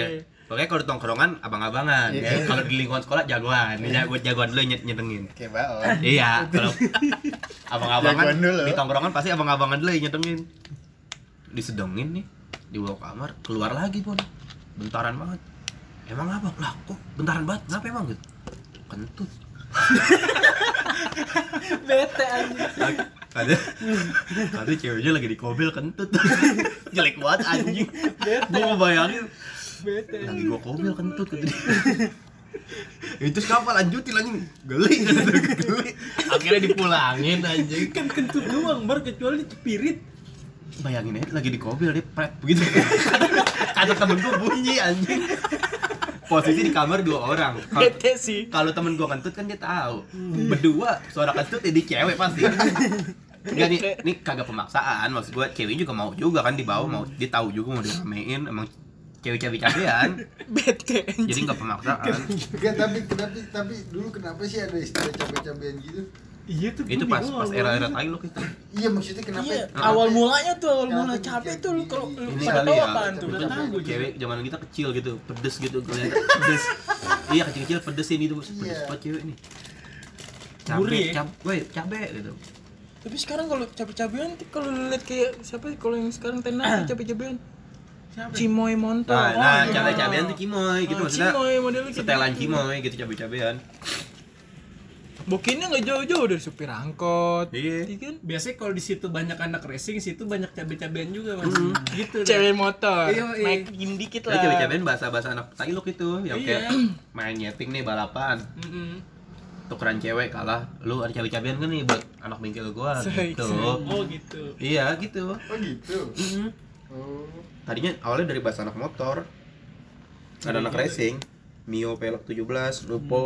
Speaker 3: Pokoknya kalau di tongkrongan abang-abangan.
Speaker 2: Iya.
Speaker 3: Ya, Kalau di lingkungan sekolah jagoan. Ini jago jagoan dulu yang nyet- nyetengin.
Speaker 2: Kayak baon.
Speaker 3: Iya, kalau abang-abangan
Speaker 2: Jagoan dulu.
Speaker 3: di tongkrongan pasti abang-abangan dulu yang nyetengin. Disedongin nih, dibawa ke kamar, keluar lagi pun. Bentaran banget. Emang abang lah kok bentaran banget? Kenapa emang gitu? Kentut.
Speaker 4: Bete aja.
Speaker 3: Lagi- Ada ada ceweknya lagi di mobil kentut. Jelek banget anjing. Gua bayangin
Speaker 4: Bete.
Speaker 3: lagi gua kobil kentut kata dia. Ya, Terus kenapa lanjutin anjing? Geli kata dia, geli. Akhirnya dipulangin anjing.
Speaker 1: Kan kentut doang bar kecuali cepirit.
Speaker 3: Bayangin aja lagi di kobil dia pret begitu. Kata temen gua bunyi anjing. Posisi di kamar dua orang. Kalau-
Speaker 6: Bete sih.
Speaker 3: Kalau temen gua kentut kan dia tahu. Berdua suara kentut jadi cewek pasti. Enggak nih, ini kagak pemaksaan. Maksud gua cewek juga mau juga kan di bawah mau dia tahu juga mau diramein emang cewek-cewek cabean.
Speaker 6: Bete.
Speaker 3: Jadi enggak pemaksaan.
Speaker 2: Enggak, tapi tapi tapi dulu kenapa sih ada istilah cabe-cabean gitu?
Speaker 1: Iya tuh.
Speaker 3: itu
Speaker 1: gini,
Speaker 3: pas pas
Speaker 1: gua awal
Speaker 3: era-era
Speaker 1: gitu.
Speaker 3: Tailok itu
Speaker 2: Iya maksudnya kenapa?
Speaker 6: Iya,
Speaker 3: Kenapa?
Speaker 6: awal mulanya tuh awal mula
Speaker 2: Kenapa
Speaker 1: Iya,
Speaker 6: capek
Speaker 2: jadi-
Speaker 6: tuh lu kalau lu
Speaker 3: ini
Speaker 6: pada
Speaker 3: kali
Speaker 6: tahu
Speaker 3: ya
Speaker 6: apaan tuh.
Speaker 3: betul.
Speaker 1: Tahu gua juga.
Speaker 3: cewek zaman kita kecil gitu pedes gitu kelihatan pedes iya kecil-kecil pedes ini tuh pedes
Speaker 2: Iya.
Speaker 3: banget cewek nih
Speaker 1: Gurih
Speaker 3: cabe
Speaker 1: ya?
Speaker 3: cab woi cabe gitu
Speaker 6: Tapi sekarang kalau capek-capean tuh kalau lu lihat kayak siapa kalau yang sekarang tenar tuh capek-capean.
Speaker 1: Ah. Siapa?
Speaker 6: Cimoy Monto.
Speaker 3: nah, nah
Speaker 6: Oh,
Speaker 3: cabe-cabean tuh kimoy gitu
Speaker 6: Ah,
Speaker 3: maksudnya
Speaker 6: Cimoy modelnya gitu.
Speaker 3: setelan kimoy gitu cabe-cabean
Speaker 6: Bokinnya nggak jauh-jauh dari supir angkot.
Speaker 3: Iya.
Speaker 6: kan?
Speaker 1: Biasanya kalau di situ banyak anak racing, situ banyak cabe-cabean juga mas.
Speaker 3: Mm-hmm.
Speaker 1: Gitu. deh.
Speaker 6: Cewek motor.
Speaker 1: Iya, iya.
Speaker 6: Naikin dikit
Speaker 3: jadi
Speaker 6: lah.
Speaker 3: cabe-cabean bahasa-bahasa anak Tailok itu yang
Speaker 1: Iya.
Speaker 3: kayak main nyeting nih balapan
Speaker 1: Mm-mm.
Speaker 3: tukeran cewek kalah lu ada cabe-cabean kan nih buat anak bengkel gua
Speaker 6: Serik,
Speaker 3: gitu
Speaker 1: Oh gitu.
Speaker 3: iya gitu
Speaker 2: Oh gitu.
Speaker 3: Mm-mm.
Speaker 2: Oh.
Speaker 3: tadinya awalnya dari bahasa anak motor ada anak
Speaker 4: Iya.
Speaker 3: racing Mio pelek 17
Speaker 4: Hmm.
Speaker 3: Lupo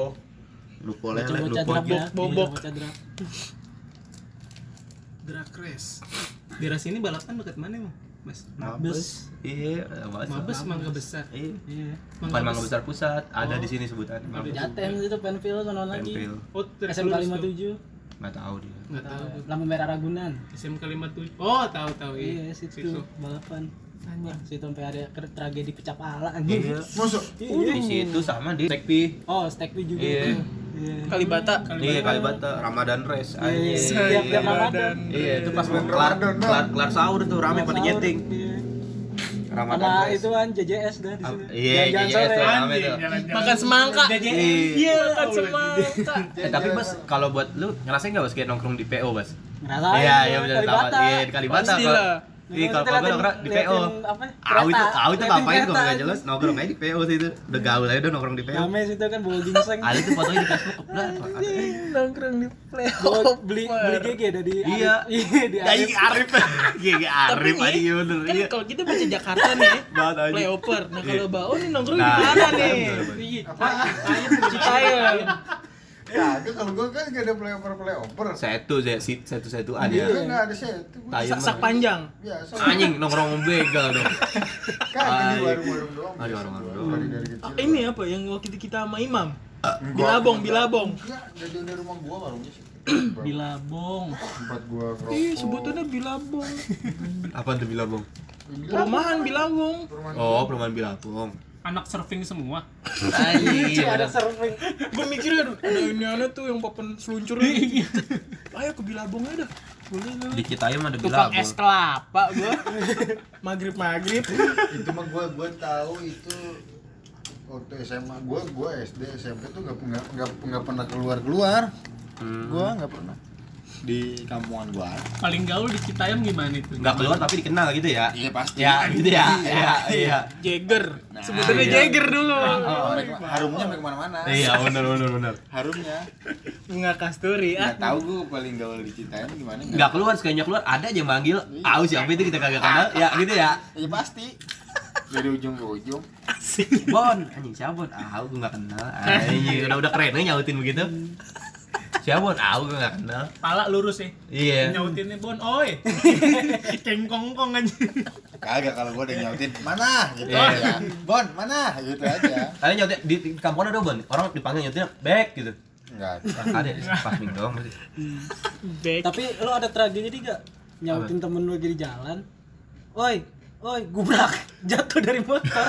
Speaker 3: Lupo lele
Speaker 4: Coba
Speaker 3: Lupo
Speaker 4: cadra
Speaker 3: Jet.
Speaker 4: bobok. Cadra.
Speaker 1: Drag race. Daerah sini balapan dekat mana emang? Mas.
Speaker 3: Mabes iya Mabes
Speaker 1: Mabes Mangga Besar.
Speaker 3: iya
Speaker 1: Iya.
Speaker 3: bukan Mangga Besar Pusat ada di sini sebutan Mabes
Speaker 4: Jaten itu penfil konon Oh. lagi.
Speaker 3: Tempel
Speaker 1: Oh,
Speaker 4: SMK
Speaker 1: 57.
Speaker 4: 57.
Speaker 3: nggak tahu dia
Speaker 1: Enggak tahu. gua.
Speaker 4: Lampu merah Ragunan.
Speaker 1: SMK 57. Oh, tahu tahu.
Speaker 4: Iya, situ balapan. Wah, situ sampai ada ker- tragedi pecah pala anjing.
Speaker 3: iya
Speaker 2: Masuk.
Speaker 3: di situ sama di Sekpi
Speaker 4: Oh, stack P juga
Speaker 3: Iya.
Speaker 4: itu. Iya.
Speaker 6: Kalibata.
Speaker 3: iya Kalibata Ramadan Race
Speaker 4: Iya, iya.
Speaker 3: anjing.
Speaker 4: Tiap-tiap Ramadan.
Speaker 3: iya itu pas mau kelar kelar kelar sahur tuh rame pada nyeting
Speaker 4: Iya.
Speaker 3: Ramadan
Speaker 4: Sama
Speaker 3: Race
Speaker 4: itu kan JJS dah di sini.
Speaker 3: iya
Speaker 4: Jangan
Speaker 3: JJS
Speaker 4: sore.
Speaker 3: tuh rame tuh
Speaker 6: Makan semangka.
Speaker 3: Iya.
Speaker 6: Iya,
Speaker 1: Oh,
Speaker 6: makan semangka.
Speaker 3: Eh, tapi bas, kalau buat lu ngerasain nggak bas kayak nongkrong di PO bas?
Speaker 4: Ngerasain.
Speaker 3: Iya,
Speaker 4: gua,
Speaker 3: iya benar
Speaker 4: Nah, Kalibata.
Speaker 3: Iya, di Kalibata.
Speaker 6: Pastilah.
Speaker 3: kalau- Ih, kalau kagak nongkrong di PO. Au itu, au itu ngapain kalau nggak jelas nongkrong aja di PO sih itu. Udah gaul aja udah nongkrong di PO.
Speaker 4: Rame sih itu kan bawa gingseng.
Speaker 3: Ali tuh fotonya di Facebook kebelah.
Speaker 6: Nongkrong di playoff.
Speaker 4: Bawa beli beli GG dari
Speaker 3: Iya.
Speaker 4: Iya, di
Speaker 3: Dari Arif. Gigi Arif
Speaker 6: nih,
Speaker 3: aja bener.
Speaker 6: Kan
Speaker 3: Iya.
Speaker 6: kalau kita baca Jakarta nih,
Speaker 3: Banget aja.
Speaker 6: playover. Nah, kalau Bao nih nongkrong di
Speaker 3: Nah,
Speaker 6: mana
Speaker 3: iya,
Speaker 6: nih?
Speaker 3: bener, bener.
Speaker 6: Iya,
Speaker 4: Ah.
Speaker 6: Citayam, Citayam.
Speaker 2: Kagak kalau gua kan gak ada playoper playoper.
Speaker 3: Satu sih, si- satu-satuan
Speaker 2: Iya
Speaker 3: ya.
Speaker 2: nggak ada sih. Itu gua
Speaker 3: Tayem.
Speaker 6: Sak-sak panjang.
Speaker 2: biasa.
Speaker 3: Ah, Anjing nongkrong begal dong.
Speaker 2: Kagak kan di
Speaker 3: Ay.
Speaker 2: warung-warung doang.
Speaker 3: Ah, di
Speaker 2: biasa
Speaker 3: warung-warung
Speaker 2: gua
Speaker 3: doang.
Speaker 2: dari- dari kecil.
Speaker 6: Ah, Ini apa yang waktu itu kita sama Imam?
Speaker 3: Ah,
Speaker 2: Enggak,
Speaker 6: Bilabong,
Speaker 2: enggak.
Speaker 6: bilabong.
Speaker 2: Enggak, Iya, dari dari rumah gua warungnya sih.
Speaker 6: Bilabong. Iya,
Speaker 2: Tempat gua ngerokok.
Speaker 6: Ih, Eh, sebutannya Bilabong.
Speaker 3: Apa tuh Bilabong?
Speaker 2: Bilabong.
Speaker 6: Perumahan Bilabong.
Speaker 2: Perumahan.
Speaker 3: Oh, perumahan Bilabong.
Speaker 5: Anak surfing semua.
Speaker 3: Anjing.
Speaker 4: ada surfing.
Speaker 6: Gue mikirnya aduh, ada ini aneh tuh yang papan seluncur
Speaker 3: Iya.
Speaker 6: ini. Ayo ke Bilabong aja dah. Boleh lah.
Speaker 3: Di Citayam ada
Speaker 6: Tukang
Speaker 3: Bilabong.
Speaker 6: es kelapa gua. Maghrib-maghrib.
Speaker 2: Itu mah gua gua tahu itu waktu SMA gua gua SD SMP tuh nggak nggak nggak nggak pernah keluar keluar
Speaker 3: Hmm.
Speaker 2: gua nggak pernah di kampungan gua
Speaker 5: Paling gaul di Citayam gimana itu?
Speaker 3: Nggak keluar tapi dikenal gitu ya.
Speaker 2: iya pasti Nah,
Speaker 3: Ya, gitu ya. Iya, iya.
Speaker 6: Jagger.
Speaker 3: Sebutannya
Speaker 6: Jagger dulu.
Speaker 2: Oh, mereka- harumnya sampai kemana-mana
Speaker 3: Iya, benar benar benar.
Speaker 2: harumnya
Speaker 6: Bunga kasturi ah.
Speaker 2: nggak tahu gua paling gaul di Citayam gimana
Speaker 3: Nggak keluar, sekalinya keluar ada aja yang manggil. Au siapa itu kita kagak kenal. Ya, gitu ya.
Speaker 2: iya pasti dari ujung ke ujung
Speaker 3: Bon, anjing siapa Bon? Au gua nggak kenal. Anjing, udah udah keren aja nyautin begitu. Siapa Bon? Au gua nggak kenal.
Speaker 5: Pala lurus ya.
Speaker 3: Iya.
Speaker 5: Nyautinnya Bon, oi. Cengkong-kong aja.
Speaker 2: kagak kalau gua udah nyautin mana gitu
Speaker 3: Iya.
Speaker 2: ya bon mana gitu aja
Speaker 3: Kalian nyautin di, di kampung ada Bon. Orang dipanggil nyautin back gitu.
Speaker 2: nggak
Speaker 3: Ada di pas minggu doang pasti.
Speaker 6: Back.
Speaker 4: Tapi lo ada tragedi gak? Nyautin temen lo jadi jalan. Oi, oi, gubrak, jatuh dari motor.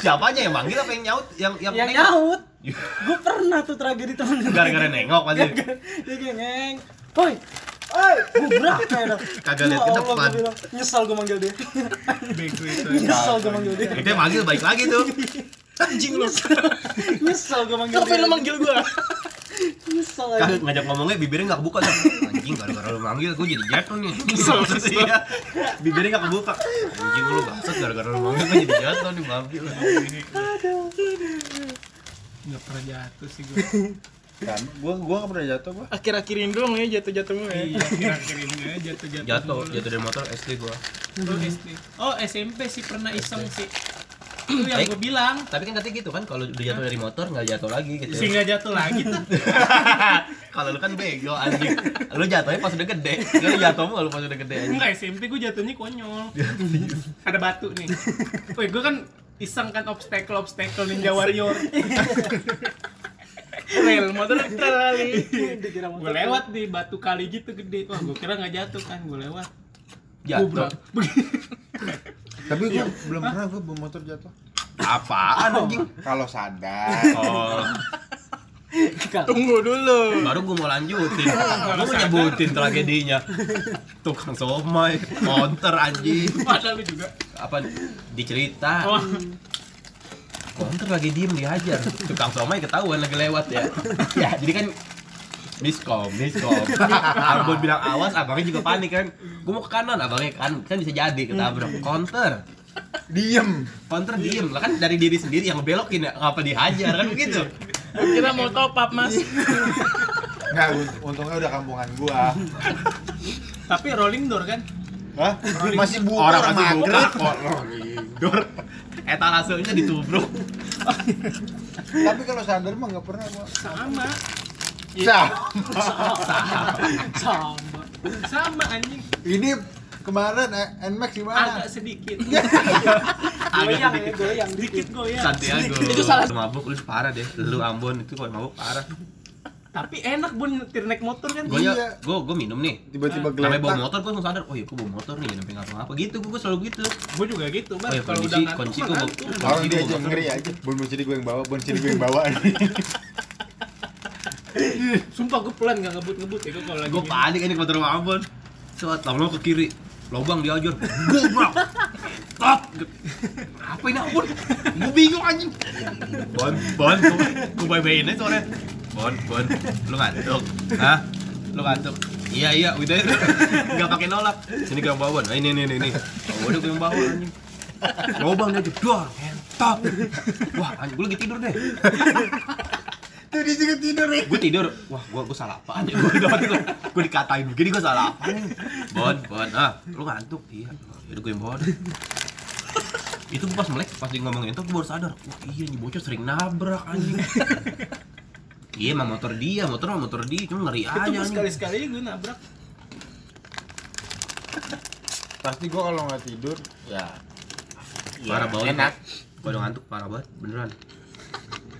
Speaker 3: Siapanya yang manggil apa yang nyaut? Yang yang,
Speaker 4: yang
Speaker 3: nengok?
Speaker 4: nyaut. Gue pernah tuh tragedi temen gue.
Speaker 3: Gara-gara nengok pasti.
Speaker 4: Dia kayak ngeng. Oi, oi, gubrak kayak dah.
Speaker 3: Kagak
Speaker 4: Ya
Speaker 3: lihat ke
Speaker 4: Allah, gua
Speaker 3: depan.
Speaker 4: bilang, Nyesel gue manggil dia.
Speaker 5: Bego itu.
Speaker 4: Nyesel gue manggil dia.
Speaker 3: Itu yang manggil baik lagi tuh.
Speaker 6: Anjing lu.
Speaker 4: Nyesel gue manggil
Speaker 6: Kenapa
Speaker 4: dia.
Speaker 6: lu manggil gua?
Speaker 4: Nyesel aja.
Speaker 3: Kan ngajak ngomongnya bibirnya nggak kebuka tuh. Anjing gara-gara lu manggil gue jadi jatuh nih. Iya. Bibirnya nggak kebuka. Anjing lu bangsat gara-gara lu manggil gue jadi jatuh nih manggil.
Speaker 5: Nggak pernah jatuh sih gua.
Speaker 2: kan gua gua nggak pernah jatuh gua
Speaker 6: Akhir-akhirin doang ya jatuh-jatuh mulu ya.
Speaker 5: Iya, akhir-akhir ini aja jatuh-jatuh.
Speaker 3: Jatuh,
Speaker 5: mulu.
Speaker 3: jatuh dari motor SD gua.
Speaker 5: Oh, SD. Oh, SMP sih pernah iseng sih. Itu yang gua bilang.
Speaker 3: Tapi kan katanya gitu kan kalau udah jatuh dari motor nggak jatuh lagi gitu.
Speaker 5: Si nggak jatuh lagi tuh.
Speaker 3: kalau lu kan bego anjing. Lu jatuhnya pas udah gede. Kan lu jatuh mulu pas udah gede anjing.
Speaker 5: Enggak SMP gue jatuhnya konyol. Ada batu nih. Woi, gue kan iseng kan obstacle obstacle
Speaker 3: Iya
Speaker 5: ninja warrior.
Speaker 6: Rel, motor rel kali.
Speaker 3: Iya.
Speaker 4: Dikira motor.
Speaker 5: Gue lewat di batu kali gitu gede. Wah, gue kira nggak jatuh kan, gue lewat.
Speaker 3: Jatuh.
Speaker 2: tapi gua belum pernah gua bawa motor jatuh
Speaker 3: Apaan anjing?
Speaker 2: kalau sadar
Speaker 3: Oh,
Speaker 6: Tunggu dulu.
Speaker 3: baru gua mau lanjutin. Gua mau nyebutin tragedinya. Tukang somai, monter anjing.
Speaker 5: Masa lu juga.
Speaker 3: apa dicerita
Speaker 5: Oh,
Speaker 3: konter lagi diem dihajar tukang somai ketahuan lagi lewat ya ya jadi kan miskom miskom abang bilang awas abangnya juga panik kan gue mau ke kanan abangnya kan kan bisa jadi ketabrak konter
Speaker 2: diem
Speaker 3: konter diem lah kan dari diri sendiri yang belokin ya ngapa dihajar kan begitu
Speaker 6: Gua Kira mau top up, Mas.
Speaker 2: nggak unt- untungnya udah kampungan gua
Speaker 5: tapi rolling door kan.
Speaker 2: Hah? Masih buka
Speaker 3: orang masih buka
Speaker 2: maghrib.
Speaker 3: orang tidur etalasenya ditubruk
Speaker 2: Tapi kalau sadar mah nggak pernah gua.
Speaker 5: Sama.
Speaker 2: Sah.
Speaker 6: Sama.
Speaker 5: Sama anjing.
Speaker 2: Ini kemarin eh, NMAX di
Speaker 5: Agak
Speaker 2: mana?
Speaker 5: sedikit.
Speaker 3: Iya.
Speaker 4: Goyang
Speaker 3: agak
Speaker 4: ya,
Speaker 3: sedikit
Speaker 4: goyang.
Speaker 5: Sedikit goyang.
Speaker 3: Santiago
Speaker 6: Itu salah.
Speaker 3: Lu mabuk lu parah deh lu Ambon itu kalau mabuk parah
Speaker 5: Tapi enak bun nyetir naik motor kan.
Speaker 3: gue
Speaker 2: Iya.
Speaker 3: gue gue ya, minum nih
Speaker 2: Tiba-tiba
Speaker 3: sampai bawa
Speaker 2: geletak.
Speaker 3: motor gue langsung sadar oh iya gue bawa motor nih sampai ngapa ngapa gitu gue selalu gitu
Speaker 5: Gue juga gitu,
Speaker 3: Oh,
Speaker 5: Bang.
Speaker 3: ya,
Speaker 5: Kalau udah
Speaker 3: kondisi-
Speaker 5: ngantuk,
Speaker 3: kondisi
Speaker 5: mah
Speaker 3: gua mau-
Speaker 5: ngantuk.
Speaker 2: Orang
Speaker 3: Sini
Speaker 2: dia
Speaker 3: bawa
Speaker 2: aja
Speaker 3: motor.
Speaker 2: ngeri aja. Bon bon sini gue yang bawa, bon sini gue yang bawa.
Speaker 5: Sumpah gue pelan gak ngebut-ngebut ya gua kalau lagi.
Speaker 3: gue
Speaker 5: minum.
Speaker 3: panik ini motor sama Ambon Set, lama ke kiri lubang diajar gubrak top apa ini Ambon gue bingung anjing Bon Bon gue baybayin aja sore Bon Bon lu ngantuk hah lu ngantuk Iya iya, udah nggak pakai nolak. Sini gue yang bawa, nah, ini ini ini ini. Oh, udah gue yang bawa anjing. Lobang dia aja, dor, entok. Wah, anjing gue lagi tidur deh.
Speaker 2: Tuh dia juga tidur ya.
Speaker 3: Gue tidur, wah gue gue salah apaan ya? Gue udah gue dikatain begini gue salah apa nih? Bon, bon, ah, lu ngantuk iya. Udah gue yang bawa. deh. Itu gue pas melek, pas dia ngomong entok gue baru sadar. Wah iya nih bocah sering nabrak anjing. Iya emang motor dia, motor mah motor dia, cuma ngeri aja
Speaker 5: Itu
Speaker 3: anjing.
Speaker 5: sekali-sekali gue nabrak.
Speaker 2: Pasti gua kalau nggak tidur, ya.
Speaker 3: Parah banget.
Speaker 2: Enak.
Speaker 3: Gue udah ngantuk parah banget, beneran.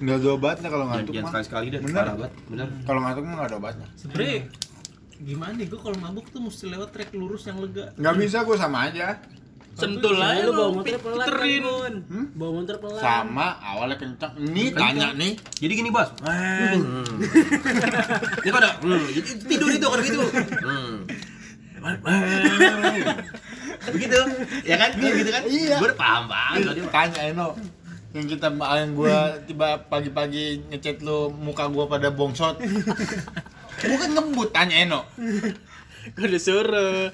Speaker 2: Nggak ada obatnya kalau
Speaker 3: Jangan,
Speaker 2: ngantuk
Speaker 3: jangan
Speaker 2: mah.
Speaker 3: sekali-sekali deh,
Speaker 2: Bener.
Speaker 3: parah banget, bener.
Speaker 2: Kalau ngantuk mah nggak ada obatnya.
Speaker 5: Sebenernya gimana nih gue kalau mabuk tuh mesti lewat trek lurus yang lega.
Speaker 2: Nggak bisa gua sama aja.
Speaker 6: Sentul lah
Speaker 4: Soalnya
Speaker 6: lu
Speaker 4: lu bawa motor pelan kan,
Speaker 6: piterin.
Speaker 4: Bun.
Speaker 2: Hmm?
Speaker 4: Bawa motor pelan.
Speaker 2: Sama awalnya kencang. Nih tanya nih.
Speaker 3: Jadi gini bos, hmm. Jadi pada hmm. Jadi tidur itu kalau gitu, hmm. begitu, ya kan? Kalau gitu kan?
Speaker 2: Iya.
Speaker 3: Gue udah paham banget kalau dia mah.
Speaker 2: Tanya Eno. Yang kita yang gua tiba pagi-pagi ngechat lu muka gua pada bongsot. Bukan ngebut tanya Eno.
Speaker 6: Gue disuruh.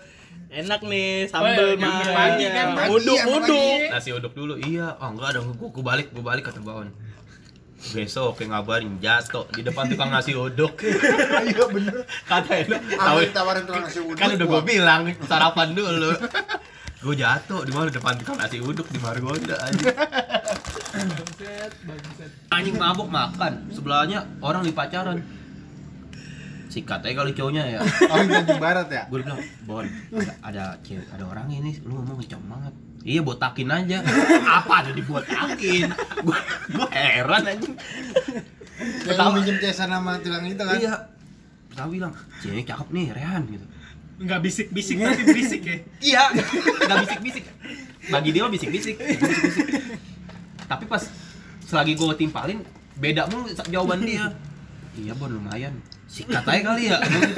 Speaker 6: Enak nih
Speaker 5: Oh,
Speaker 6: sambel
Speaker 5: iya,
Speaker 6: mah.
Speaker 5: pagi kan,
Speaker 2: pagi,
Speaker 6: Uduk
Speaker 2: sama
Speaker 6: uduk.
Speaker 2: pagi.
Speaker 3: Nasi uduk dulu, iya. Oh enggak dong, gue balik, gue balik kata Baon. Besok kayak ngabarin jatuh di depan tukang nasi uduk.
Speaker 2: Iya bener.
Speaker 3: Kata Eno, tahu
Speaker 2: Awalnya tawarin tukang nasi uduk.
Speaker 3: kan udah
Speaker 2: gua
Speaker 3: gue bilang sarapan dulu gue jatuh di mana depan tukang nasi uduk di Margonda anjing anjing mabuk makan sebelahnya orang lagi pacaran sikat aja kali cowoknya ya
Speaker 2: Orang Tanjung Barat ya?
Speaker 3: gue bilang bon ada ada, cewek- ada orang ini lu ngomong kenceng banget iya botakin aja apa ada dibotakin gue gue heran anjing
Speaker 2: Yang lu minjem jasa nama tukang itu kan?
Speaker 3: iya Tahu bilang, cewek cakep nih, Rehan gitu.
Speaker 5: Nggak bisik-bisik tapi berisik ya.
Speaker 3: Iya, nggak bisik-bisik. Bagi dia mah bisik-bisik. bisik-bisik. Tapi pas selagi gue timpalin, beda mulu sa- jawaban dia. Iya bon lumayan. Sikat aja kali ya. Gua gitu.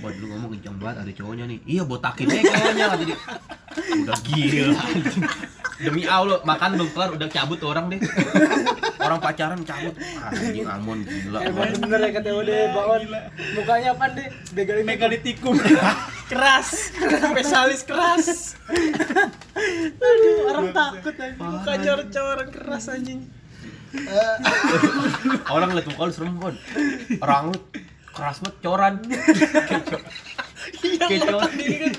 Speaker 3: Bon lu ngomong kencang banget ada cowoknya nih. Iya botakin aja cowoknya kata dia. Udah gila. anjing. Demi Allah, makan belum kelar udah cabut tuh orang deh. Orang pacaran cabut. Anjing Amon gila.
Speaker 4: Emang
Speaker 3: Bon.
Speaker 4: bener ya kata Ode, Baon. Mukanya apa deh? Begalin
Speaker 5: Megalitikum.
Speaker 6: Keras. Spesialis keras.
Speaker 4: Aduh, orang takut aja.
Speaker 6: Muka cor-cor keras anjing.
Speaker 3: Orang liat muka lu serem Bon. Orang lu keras banget coran.
Speaker 6: Iya,
Speaker 3: Kayak
Speaker 6: ngotak
Speaker 3: cor-
Speaker 6: diri kan.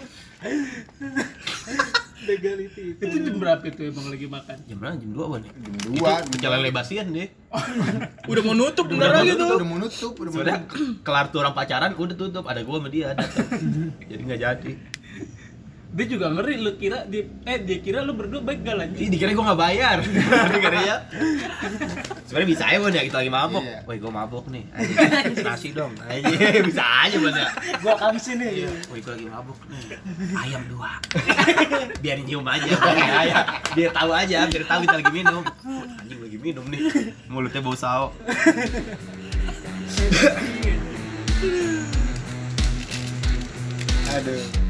Speaker 4: Begaliti.
Speaker 5: Itu jam berapa itu emang lagi makan?
Speaker 3: Jam berapa? Jam 2 Bon ya?
Speaker 2: Jam dua.
Speaker 3: Itu pecel lele basian deh.
Speaker 6: Udah mau nutup
Speaker 2: Udah
Speaker 6: bentar
Speaker 2: mau
Speaker 6: lagi
Speaker 2: nutup,
Speaker 6: tuh.
Speaker 2: Udah mau nutup, udah mau
Speaker 3: Sudah
Speaker 2: nutup.
Speaker 3: kelar tuh orang pacaran udah tutup ada gua sama dia datang. jadi nggak jadi.
Speaker 5: Dia juga ngeri lu kira dia eh dia kira lu berdua begal
Speaker 3: Ih
Speaker 5: anjing.
Speaker 3: dikira gua nggak bayar. Dikira ya. Sebenarnya bisa aja Bon ya kita lagi mabok.
Speaker 2: Iya.
Speaker 3: Woi gua mabok nih. Anjing, Nasi dong. Anjing, bisa aja Bon ya.
Speaker 4: Gua kamsi nih.
Speaker 3: Woi gua lagi mabok nih. Ayam dua. Biarin nyium aja. biarin ayam. Biar tahu aja, biar tahu kita lagi minum. Wah, Anjing lagi minum nih. Mulutnya bau sawo.
Speaker 2: Aduh.